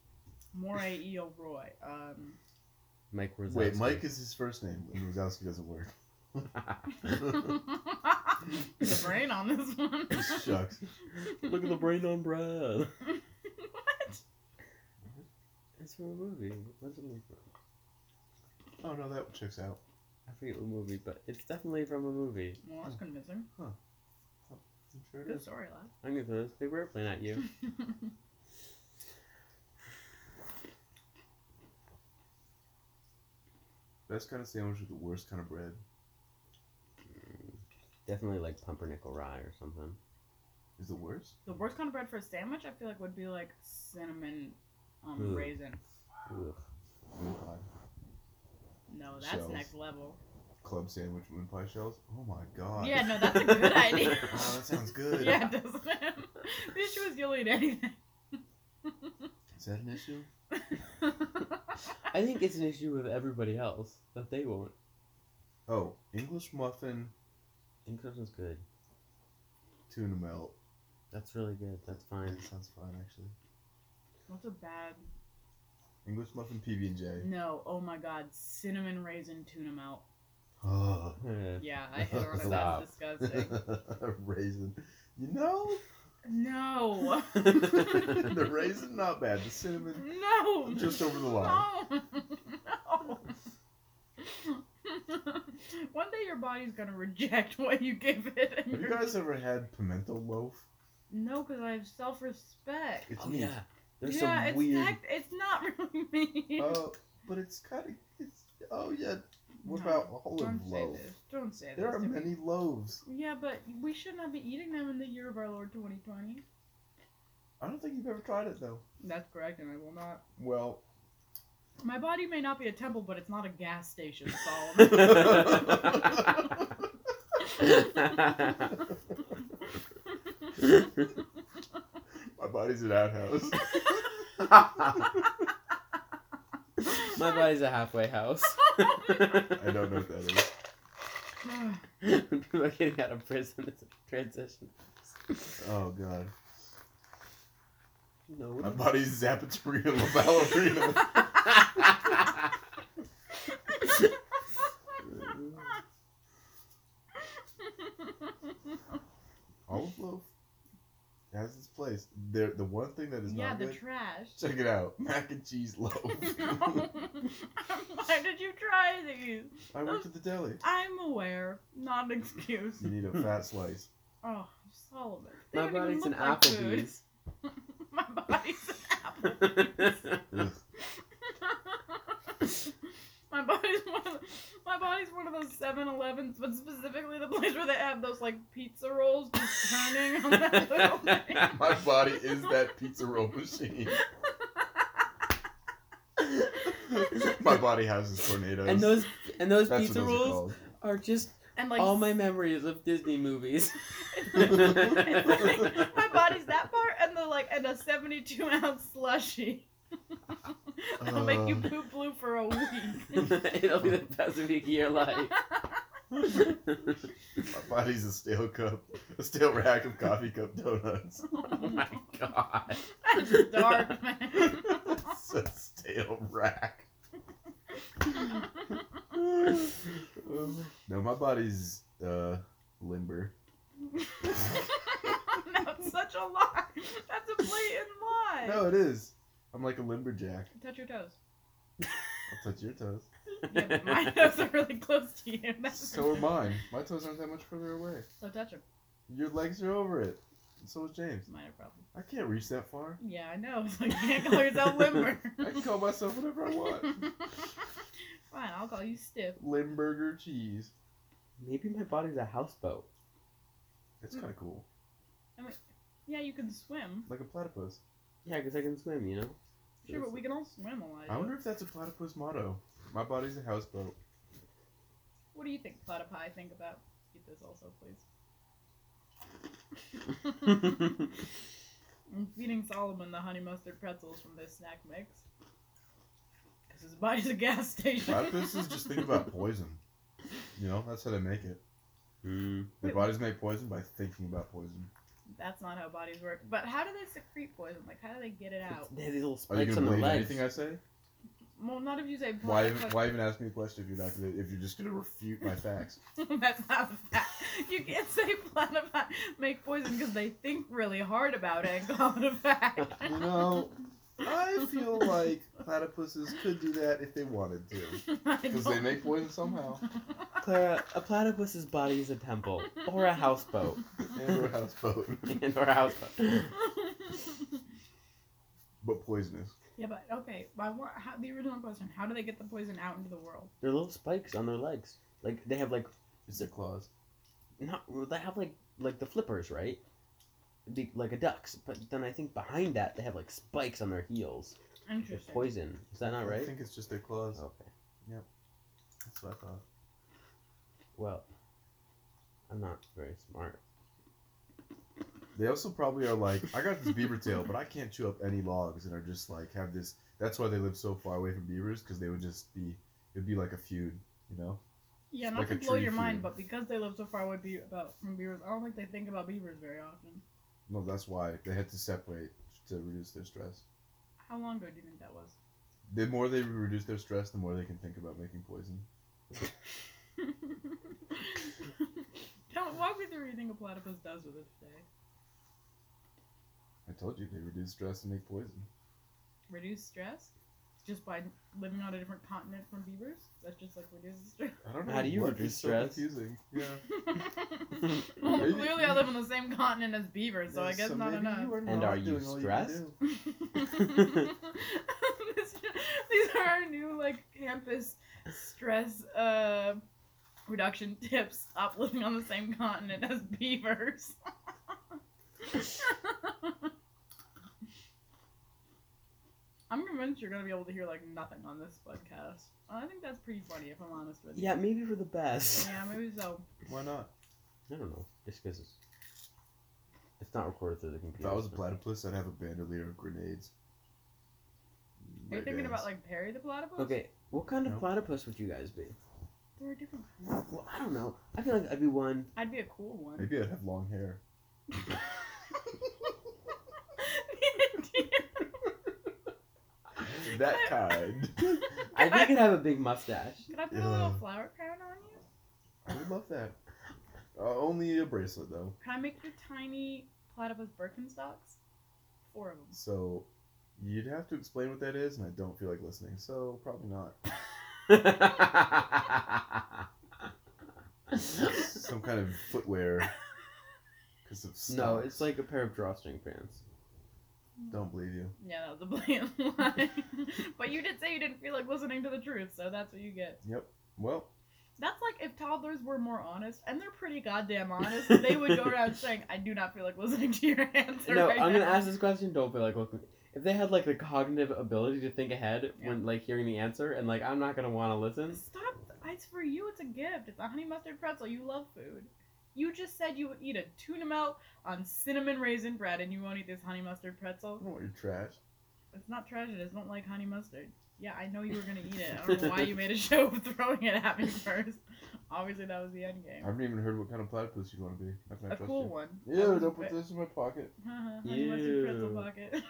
C: Moray Eel E Roy. Um, (laughs)
B: Mike Wazowski.
A: Wait, Mike is his first name, and Wazowski doesn't (laughs) work.
C: the brain on this one.
A: Shucks.
B: Look at the brain on Brad.
C: what?
B: It's from a movie. What's it movie from?
A: Oh no, that checks out.
B: I forget what movie, but it's definitely from a movie.
C: Well, that's convincing.
A: I'm sure it
C: Good
A: is.
C: story,
B: I'm gonna throw this paper airplane at
C: (laughs)
B: you.
C: lad.
A: Best kind of sandwich with the worst kind of bread.
B: Definitely like pumpernickel rye or something.
A: Is the worst?
C: The worst kind of bread for a sandwich, I feel like, would be like cinnamon um,
B: Ugh.
C: raisin.
B: Ugh.
A: Oh, God.
C: No, that's
A: Shells.
C: next level.
A: club sandwich moon pie shells. Oh my god. (laughs)
C: Yeah, no, that's a good idea.
A: Oh, that sounds good.
C: (laughs) yeah, it doesn't. the issue is you'll eat anything. (laughs)
A: Is that an issue?
B: I think it's an issue with everybody else that they won't.
A: Oh, English muffin,
B: English is good.
A: tuna melt.
B: That's really good. That's fine.
A: That sounds fine actually.
C: What's a bad?
A: English muffin PB and J.
C: No, oh my god, cinnamon raisin tuna melt.
A: Oh.
B: Yeah.
C: Yeah, I thought
B: Stop.
C: that's disgusting.
A: (laughs) raisin. You know, (laughs)
C: No.
A: the raisin not bad. The cinnamon.
C: No.
A: I'm just over the
C: No. no. (laughs) One day your body's gonna reject what you give it. And
A: Have you
C: you're-
A: guys ever had pimento loaf?
C: No, because I have self-respect.
A: It's
B: Oh (laughs)
A: neat.
B: yeah. There's
C: yeah,
B: some
C: it's
B: weird.
C: act- it's not (laughs) really me.
A: Oh, but it's kind of. It's oh yeah. What
C: No,
A: about olive
C: Don't say
A: loaf?
C: this. Don't say this.
A: There are
C: to me.
A: many loaves.
C: Yeah, but we should not be eating them in the year of our Lord 2020.
A: I don't think you've ever tried it though.
C: That's correct, and I will not.
A: Well,
C: My body may not be a temple, but it's not a gas
A: (laughs)
C: station, Solomon.
A: I my body's an outhouse. (laughs)
B: (laughs)
C: (laughs)
B: My body's a halfway
C: (laughs)
B: house.
A: I don't know what that is.
B: People are getting out of prison. It's a transition.
A: Oh god.
B: No. (laughs)
A: My body's Zapaterina La Ballerina. Olive loaf has its place. There, the one thing that is
C: (sighs) yeah,
A: not
C: the
A: good.
C: trash.
A: check it out, mac and cheese
C: (laughs)
A: loaf.
C: No. Why did you try these?
A: I worked at the deli.
C: I'm aware. Not an excuse.
A: You need a fat slice.
C: Oh, Solomon. They
B: My
C: don't
B: body's an
C: even look like food.
B: Applebee's.
C: (laughs) My body's an apple.
A: Ugh.
C: my body's one of my body's one of those 7-Elevens, but specifically the place where they have those like pizza rolls just turning on that little thing. (laughs)
A: My body is that pizza roll machine. (laughs) My body houses tornadoes.
B: and those and those
A: That's
B: pizza
A: what those are
B: rolls
A: called.
B: are just
C: And like
B: all my
C: (laughs)
B: memories of Disney movies. (laughs)
C: it's like, my body's that part and the like and a 72 ounce slushy. That'll make you
A: Uh.
C: poop blue for a week. (laughs)
B: It'll be the best week of your life. oh
A: My body's a stale cup, a stale rack of coffee cup donuts.
B: my god.
C: That's dark, man. (laughs)
A: It's a stale rack. No, my body's uh limber.
C: That's such a lie. That's a blatant lie.
A: No, it is. I'm like a limberjack.
C: Touch your toes.
A: I'll touch your toes.
C: Yeah, but my (laughs) toes are really close to you. That's
A: So are mine. My toes aren't that much further away.
C: So touch them.
A: Your legs are over it. And so is James.
C: It's a minor problem.
A: I can't reach that far.
C: Yeah, I know. (laughs) So you can't call yourself limber.
A: I can call myself whatever I want.
C: (laughs) Fine, I'll call you stiff.
A: Limburger cheese.
B: Maybe my body's a houseboat.
A: It's kind of cool.
C: Yeah, you can swim.
A: Like a platypus.
B: Yeah, because I can swim, you know? (laughs)
C: Sure, but we can all swim, Elijah.
A: I wonder if that's a platypus motto. My body's a houseboat.
C: What do you think, Platypi? Think about. Eat this also, please.
A: (laughs)
C: I'm feeding Solomon the honey mustard pretzels from this snack mix. Because his body's a gas station.
A: Platypus is just think about poison. You know, that's how they make it.
B: Mm.
A: Their
C: Wait.
A: bodies make poison by thinking about poison.
C: (laughs) That's not how bodies work. But how do they secrete poison? Like, how do they get it out?
B: They have these little
A: Are you
B: spikes
A: gonna
B: on their
A: believe
B: legs.
A: anything I say?
C: Well, not if you say
A: Why even,
C: platypus.
A: why even ask me a question if you're not gonna if you're just gonna refute my facts?
C: (laughs) That's not a fact. You can't say platypi make poison because they think really hard about it (laughs) and call it a fact.
A: You (laughs) know, I feel like platypuses could do that if they wanted to, because they make poison somehow.
B: Clara, a platypus's body is a temple or a houseboat. (laughs)
A: And we're a houseboat,
B: and or a houseboat.
A: but poisonous.
C: (laughs) yeah, but okay. But I want, how, the original question: How do they get the poison out into the world?
B: They're little spikes on their legs. Like they have like
A: It's their claws.
B: not they have like like the flippers, right? The, like a duck's, but then I think behind that they have like spikes on their heels. They're
C: Interesting.
B: poison. Is that not
A: I
B: right?
A: Oh. think it's just their claws.
B: Okay.
A: That's what I thought.
B: Well, I'm not very
C: (laughs)
B: smart.
A: They also probably are like, I got this beaver tail, but I can't chew up any logs, and are just like have this. That's why they live so far away from beavers, because they would just be. It'd be like a feud, you know.
C: Yeah,
A: It's
C: not
A: like
C: to
A: a
C: blow
A: tree
C: your mind,
A: feud.
C: but because they live so far away be- about from beavers, I don't think they think about beavers very often.
A: No, that's why they had to separate to reduce their stress.
C: How long ago do you think that was? (laughs)
A: The more they reduce their stress, the more they can think about making poison.
C: Don't walk me through anything a platypus does with its day.
A: I told you they reduce stress and make poison.
C: Reduce stress, just by living on a different continent from beavers. That just like
A: (laughs)
C: reduces stress. (laughs)
A: I don't know.
B: How do you
A: what-
B: reduce
A: it's so
B: stress?
A: confusing. Yeah.
C: well,
A: Maybe-
C: clearly I live on the same continent as beavers, so I guess not
A: maybe
C: enough.
A: you are
B: And
A: not
B: are you
A: doing all can
B: stressed?
C: (laughs)
A: do.
C: This- these are our new like campus stress uh, reduction (laughs) tips. Stop living on the same continent as beavers. (laughs) I'm convinced you're gonna be able to hear like nothing on this podcast. I think that's pretty funny if I'm honest with you.
B: Yeah, maybe for the best.
C: Yeah, maybe so.
A: Why not?
B: I don't know. Just because it's, it's not recorded through the
A: If
B: computer.
A: I was a
B: so-
A: platypus, I'd have a bandolier of grenades.
C: Are you
A: Right
C: thinking
A: as-
C: about like Perry the platypus?
B: Okay, what kind of
A: No.
B: platypus would you guys be?
C: There are different.
B: Well, I don't know. I feel like I'd be (laughs) one.
C: I'd be a cool
A: (laughs)
C: one. (laughs)
A: Maybe I'd have long hair. That
C: (laughs)
A: kind.
B: I think I'd have a big mustache. (laughs)
C: Could I put a little
A: Yeah.
C: flower crown on you?
A: I would love that. Uh, only a bracelet though.
C: Can I make your tiny platypus Birkenstocks? Four of them.
A: So you'd have to explain what that is, and I don't feel like listening. So probably
C: (laughs)
A: not. Some kind of footwear.
C: (laughs)
A: Because of
B: no,
A: stocks.
B: it's like a pair of drawstring pants.
A: Don't believe you.
C: Yeah, that was a (laughs) blatant lie. but you did say you didn't feel like listening to the truth, so that's what you get.
A: Yep. Well,
C: That's like if toddlers were more honest, and they're pretty (laughs) goddamn honest, they would go around saying, "I do not feel like listening to your (laughs) answer."
B: No,
C: right
B: I'm gonna
C: now."
B: ask this question. Don't feel like looking. If they had like the cognitive ability to think ahead when like hearing the answer, and like I'm not gonna want to (laughs) listen.
C: Stop! It's for you. It's a gift. It's a honey mustard pretzel. You love food. You just said you would eat a tuna melt on cinnamon raisin bread, and you won't eat this honey mustard
A: I
C: pretzel.
A: don't want your trash.
C: It's not trash. I just don't like honey mustard. Yeah, I know you were gonna eat it. I don't know why you made a (laughs) show of throwing it at me (laughs) first. Obviously, that was the end
A: I
C: game.
A: haven't even heard what kind of platypus you'd want to be. How can I
C: A
A: trust
C: cool
A: you?
C: one.
A: Ew, don't put this in my pocket.
C: (laughs) honey mustard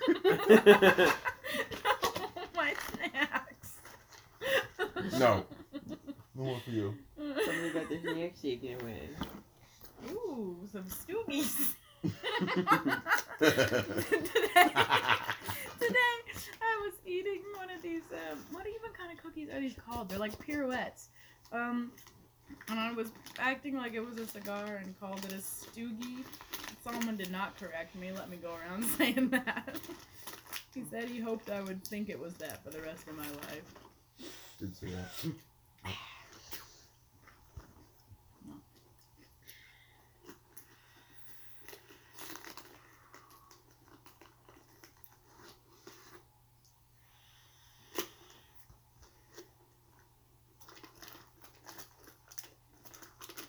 C: pretzel
B: Ew.
C: pocket. (laughs) my snacks. (laughs)
A: No. No more for you.
B: Somebody got their snacks taken away.
C: Ooh, some (laughs) Stoogies. today, today, I was eating one of these. Um, what even kind of cookies are these called? They're like pirouettes. Um, and I was acting like it was a cigar and called it a Stoogie. Solomon did not correct me. Let me go around (laughs) saying that. he said he hoped I would think it was that for the rest of my life.
A: Did say that.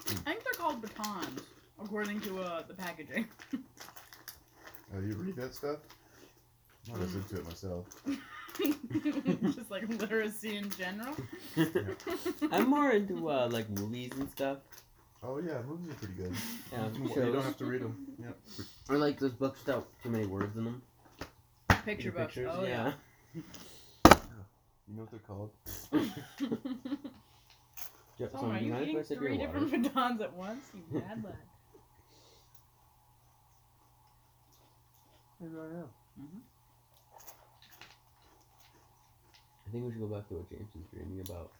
C: I think they're called batons, according to uh, the packaging. (laughs)
A: Oh, you read that stuff? I'm not as into it myself.
C: just like literacy in general.
B: I'm more into uh, like movies and stuff.
A: Oh yeah, movies are pretty good.
B: Yeah,
A: You
B: shows.
A: don't have to read them. Yeah.
B: Or like those books without too many words in them.
C: Picture
B: Your
C: books. Oh yeah.
A: You know what they're called?
B: Yeah,
C: (laughs) Oh, are
B: you
C: you
B: mind if I
C: eating
B: sip your
C: three
B: water?
C: different (laughs) batons at once? You bad luck.
A: Maybe I am.
B: I think we should go back to what James was dreaming about.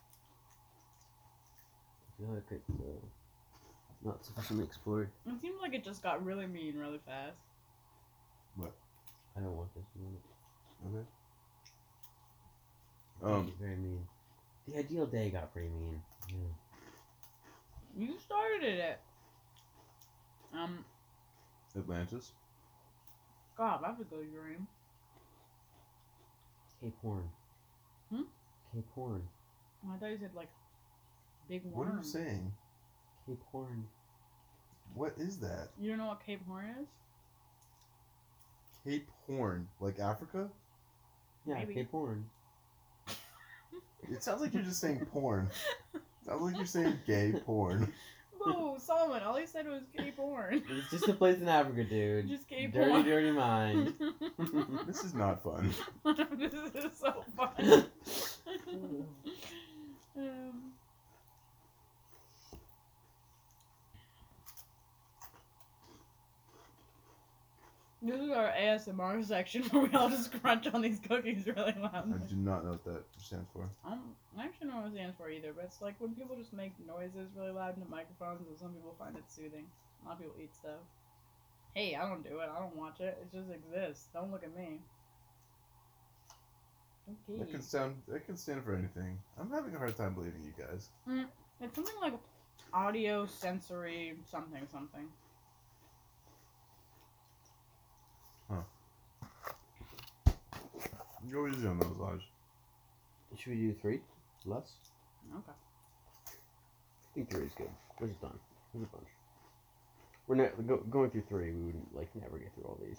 B: I feel like it's uh, not sufficiently explored.
C: It seemed like it just got really mean really fast.
B: I don't want this moment. Um,
A: Okay. Um,
B: very mean. The ideal day got pretty mean. Yeah.
C: You started it. Um,
A: Atlantis.
C: God, that's a good dream.
B: Cape Horn.
C: Hmm?
B: Cape Horn.
C: I thought you said like Big worm.
A: What are you saying?
B: Cape Horn.
A: What is that?
C: You don't know what Cape Horn
A: (laughs)
C: is?
A: Cape Horn, like Africa?
B: Yeah,
C: Maybe.
B: Cape Horn.
A: It sounds like you're just
C: (laughs)
A: saying porn. sounds like you're saying gay porn.
C: Whoa, Solomon! All he said was Cape Horn. (laughs)
B: It's just a place in Africa, dude.
C: Just Cape
B: dirty,
C: Horn. (laughs)
B: dirty mind.
A: This is not fun.
C: this is so fun.
A: (laughs)
C: (laughs) um, this is our ASMR section (laughs) where we all just crunch on these cookies really
A: I
C: loudly.
A: do not know what that stands for.
C: I don't I actually don't know what it stands for either, but it's like when people just make noises really loud into microphones, and some people find it soothing. A lot of people eat stuff. Hey, I don't do it. I don't watch it. It just exists. Don't look at me. Okay.
A: That can sound. That can stand for anything. I'm having a hard time believing you guys.
C: It's something like audio sensory something something.
A: Go easy on those lives.
B: Should we do three? Less?
C: Okay. (laughs)
B: I think three is good. We're just done. There's a bunch. We're not go, going through three. We would like never get through all these.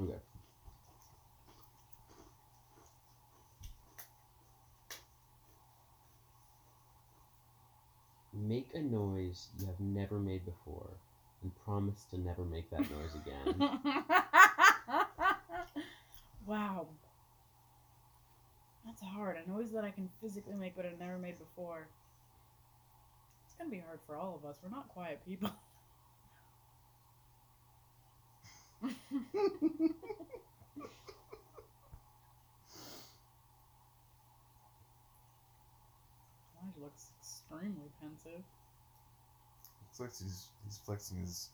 B: Okay. Make a noise you have never made before, and promise to never make that noise
C: (laughs)
B: again.
C: wow. That's hard. A noise that I can physically make but I've never made before. It's gonna be hard for all of us. We're not quiet people. (laughs) Mine looks extremely pensive.
A: It's like he's, he's flexing his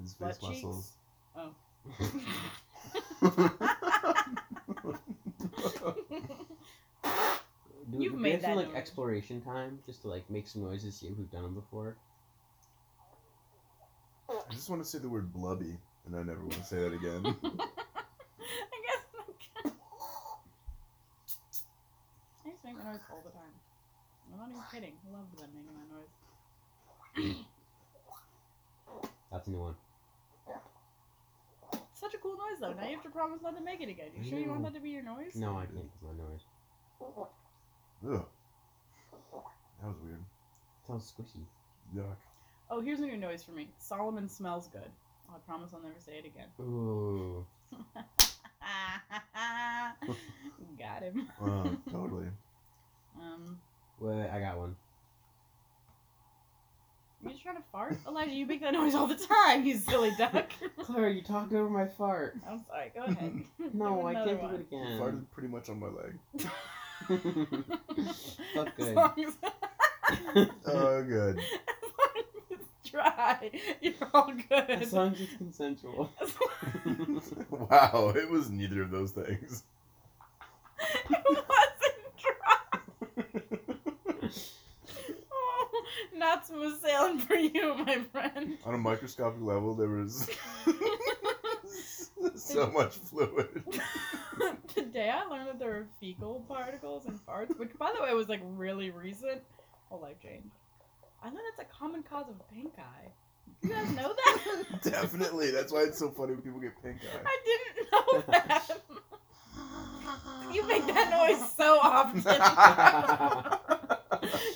A: his face
C: Butt cheeks?
A: muscles.
C: Oh.
B: Do,
C: You've
B: do we
C: made
B: have some,
C: that
B: like
C: noise.
B: exploration time just to like make some noises, see if we've done them before.
A: I just want to say the word blubby, and I never want to say that again.
C: (laughs) I guess I can. I used to make that noise all the time. I'm not even kidding. I love them making that noise.
B: That's a new one.
C: It's such a cool noise though. Now you have to promise not to make it again. You sure you want
B: No.
C: that to be your noise?
B: No, I can't. It's not noise.
A: Ugh. That was weird.
B: It sounds squishy.
A: Yuck.
C: Oh, here's a new noise for me. Solomon smells good. I promise I'll never say
B: (laughs)
C: it again.
B: Ooh.
C: Got him.
A: Uh,
C: (laughs)
A: totally.
C: Um,
B: Wait, I got one.
C: are you just trying to fart, Elijah? You make that noise all the time. You silly
B: (laughs)
C: duck.
B: Claire, you talked over my fart.
C: I'm sorry. Go ahead.
B: No, I can't
C: do
B: do it
A: He
B: again.
A: farted pretty much on my
C: (laughs)
A: leg.
B: (laughs) Not
C: As
B: good.
C: long as
A: Oh, good.
C: it's dry, (laughs) you're all good.
B: as long as it's (laughs) consensual.
C: As long-
A: wow, it was neither of those things.
C: it wasn't dry. (laughs) Oh, nuts was sailing for you, my friend.
A: On a microscopic level, there
C: (laughs)
A: was (laughs) so much
C: (laughs)
A: fluid.
C: the day I learned that there were fecal particles in farts, which by the way was like really recent, whole life change. I know that's a common cause of pink eye. You guys know (laughs) that?
A: Definitely. That's why it's so funny when people get pink eye.
C: I didn't know that. you make that noise so often.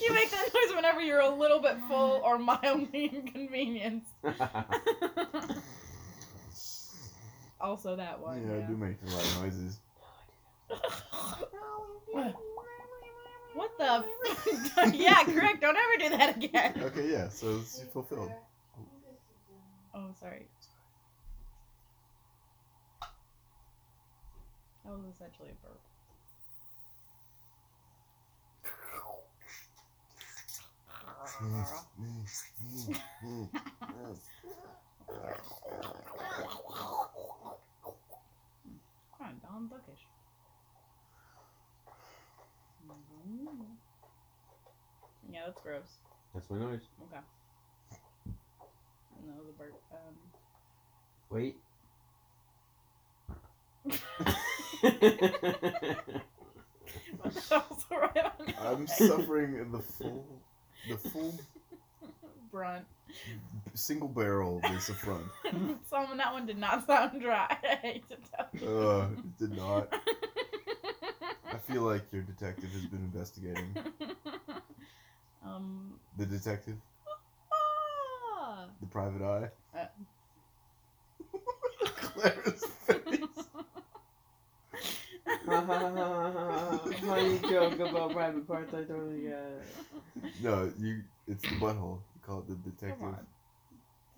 C: you make that noise whenever you're a little bit full or mildly (laughs) inconvenienced. also, that one.
A: yeah, I do make a lot of noises.
C: (sighs) What the? F- (laughs) yeah, correct. Don't ever do that again.
A: Okay, yeah, so it's fulfilled.
C: Oh, sorry. That was essentially a burp. Kind of Don Buckish. Mhm. Yeah, that's gross.
B: That's my noise.
C: Okay. And that was a burp. Um,
B: Wait.
C: myself around.
A: I'm suffering in the full, the full
C: Brunt. (laughs)
A: single barrel of this affront.
C: Someone that one did not sound dry. (laughs) I hate to tell you.
A: Uh, it did not. I feel like your detective has been investigating.
C: um.
A: The detective,
C: Ah.
A: the private eye. (laughs)
C: Uh.
A: Clara's face.
B: Funny joke about private parts. I totally get it.
A: No, you. It's the butthole. You call it the detective.
C: on.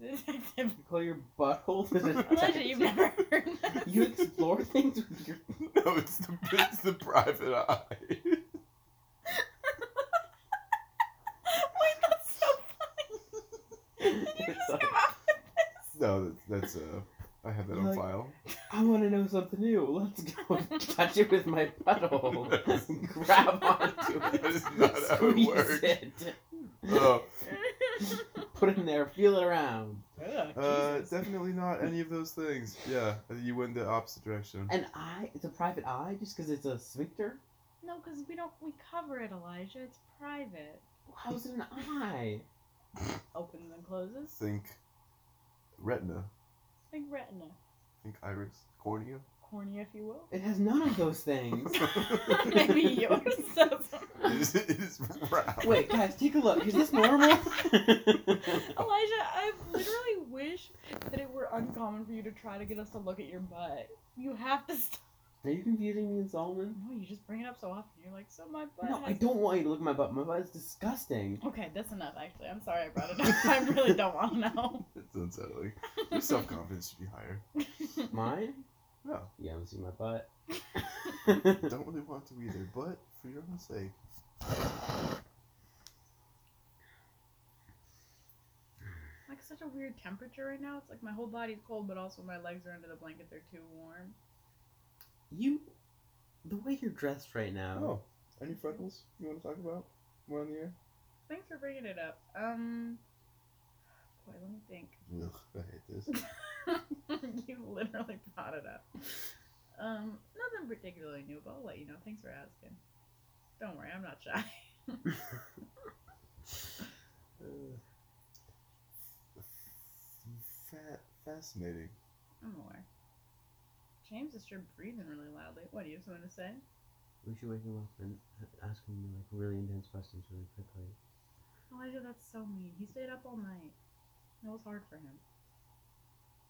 C: Detective.
B: You call your butthole (laughs) the
C: Elijah,
B: detective.
C: you've never heard that.
B: You explore things with your.
A: (laughs) No, it's the it's the private eye.
C: Wait, that's so funny. (laughs) You
B: (laughs) It's
C: just
B: like,
C: come up
A: No, that, that's uh, I have that on
B: Like-
A: file.
C: (laughs)
A: (laughs)
B: I want to know something new. Let's go touch it with my
A: (laughs)
B: butthole. Grab onto it.
A: That is not how it
B: squeeze
A: works.
B: it.
A: Oh,
B: Put it in there. Feel it around.
C: Ugh,
A: uh,
C: Jesus.
A: definitely not any of those things. Yeah, you went the opposite direction.
B: An eye? It's a private eye just because it's a sphincter?
F: No, because we don't. We cover it, Elijah. It's private.
B: How is it an eye?
F: Opens and closes.
A: Think retina.
F: Think retina,
A: Think iris, cornea. (laughs)
F: cornea, if you
B: (laughs)
F: will.
B: It has none of those things.
C: (laughs) Maybe yours doesn't.
A: It is, it is round.
B: Wait, guys, take a look. Is this normal? (laughs)
C: Elijah, I literally wish that it were uncommon for you to try to get us to look at your butt. You have to stop.
B: Are you confusing me and Solomon?
C: No, you just bring it up so often. You're like, so my butt.
B: No, I
C: has-"
B: don't want you to look at my butt. My butt is
A: (laughs)
B: disgusting.
C: Okay, that's enough. Actually, I'm sorry I brought it up. I really don't want to
B: (laughs)
C: know.
A: It's unsettling.
C: (laughs)
A: Your self confidence should be higher.
B: Mine?
A: No,
B: You haven't seen my butt.
A: don't really want to either, but for your own sake.
C: Like such a weird temperature right now. It's like my whole body's cold, but also my legs are under the blanket. They're too warm.
B: you. The way you're dressed right now.
A: Oh, any freckles you want to talk about? More on the air?
C: Thanks for bringing it up. Um, boy, let me think. (laughs)
A: Ugh, (laughs) I hate this.
C: you literally brought it up. Um, nothing particularly new, but I'll let you know. Thanks for asking. Don't worry, I'm not shy.
A: Fa- fascinating.
C: I'm aware. James is sure breathing really loudly. What do you have something to say?
B: We should wake him up and ask him like really intense questions really quickly.
C: Elijah, that's so mean. He stayed up all night. It was hard for him.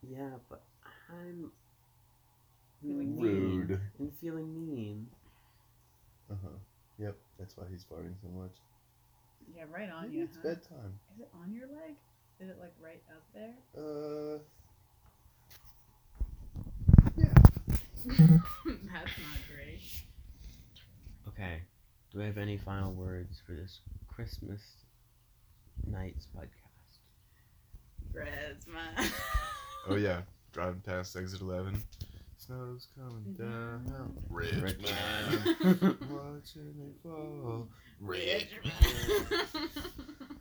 B: Yeah, but I'm
C: Feeling
B: mean
A: Rude.
B: and feeling mean.
A: Uh huh. Yep, that's why he's farting so much.
C: Oh, Yeah, right on
A: Maybe
C: you.
A: it's
C: Huh?
A: bedtime.
C: Is it on your leg? Is it like right up there?
A: Uh,
C: (laughs) that's not great.
B: Okay. Do we have any final words for this Christmas night's (laughs) podcast?
C: (laughs) Christmas.
A: oh yeah, driving past exit 11. Snow's coming
C: Mm-hmm.
A: down. Rich (laughs) man. Watching it fall. Rich man.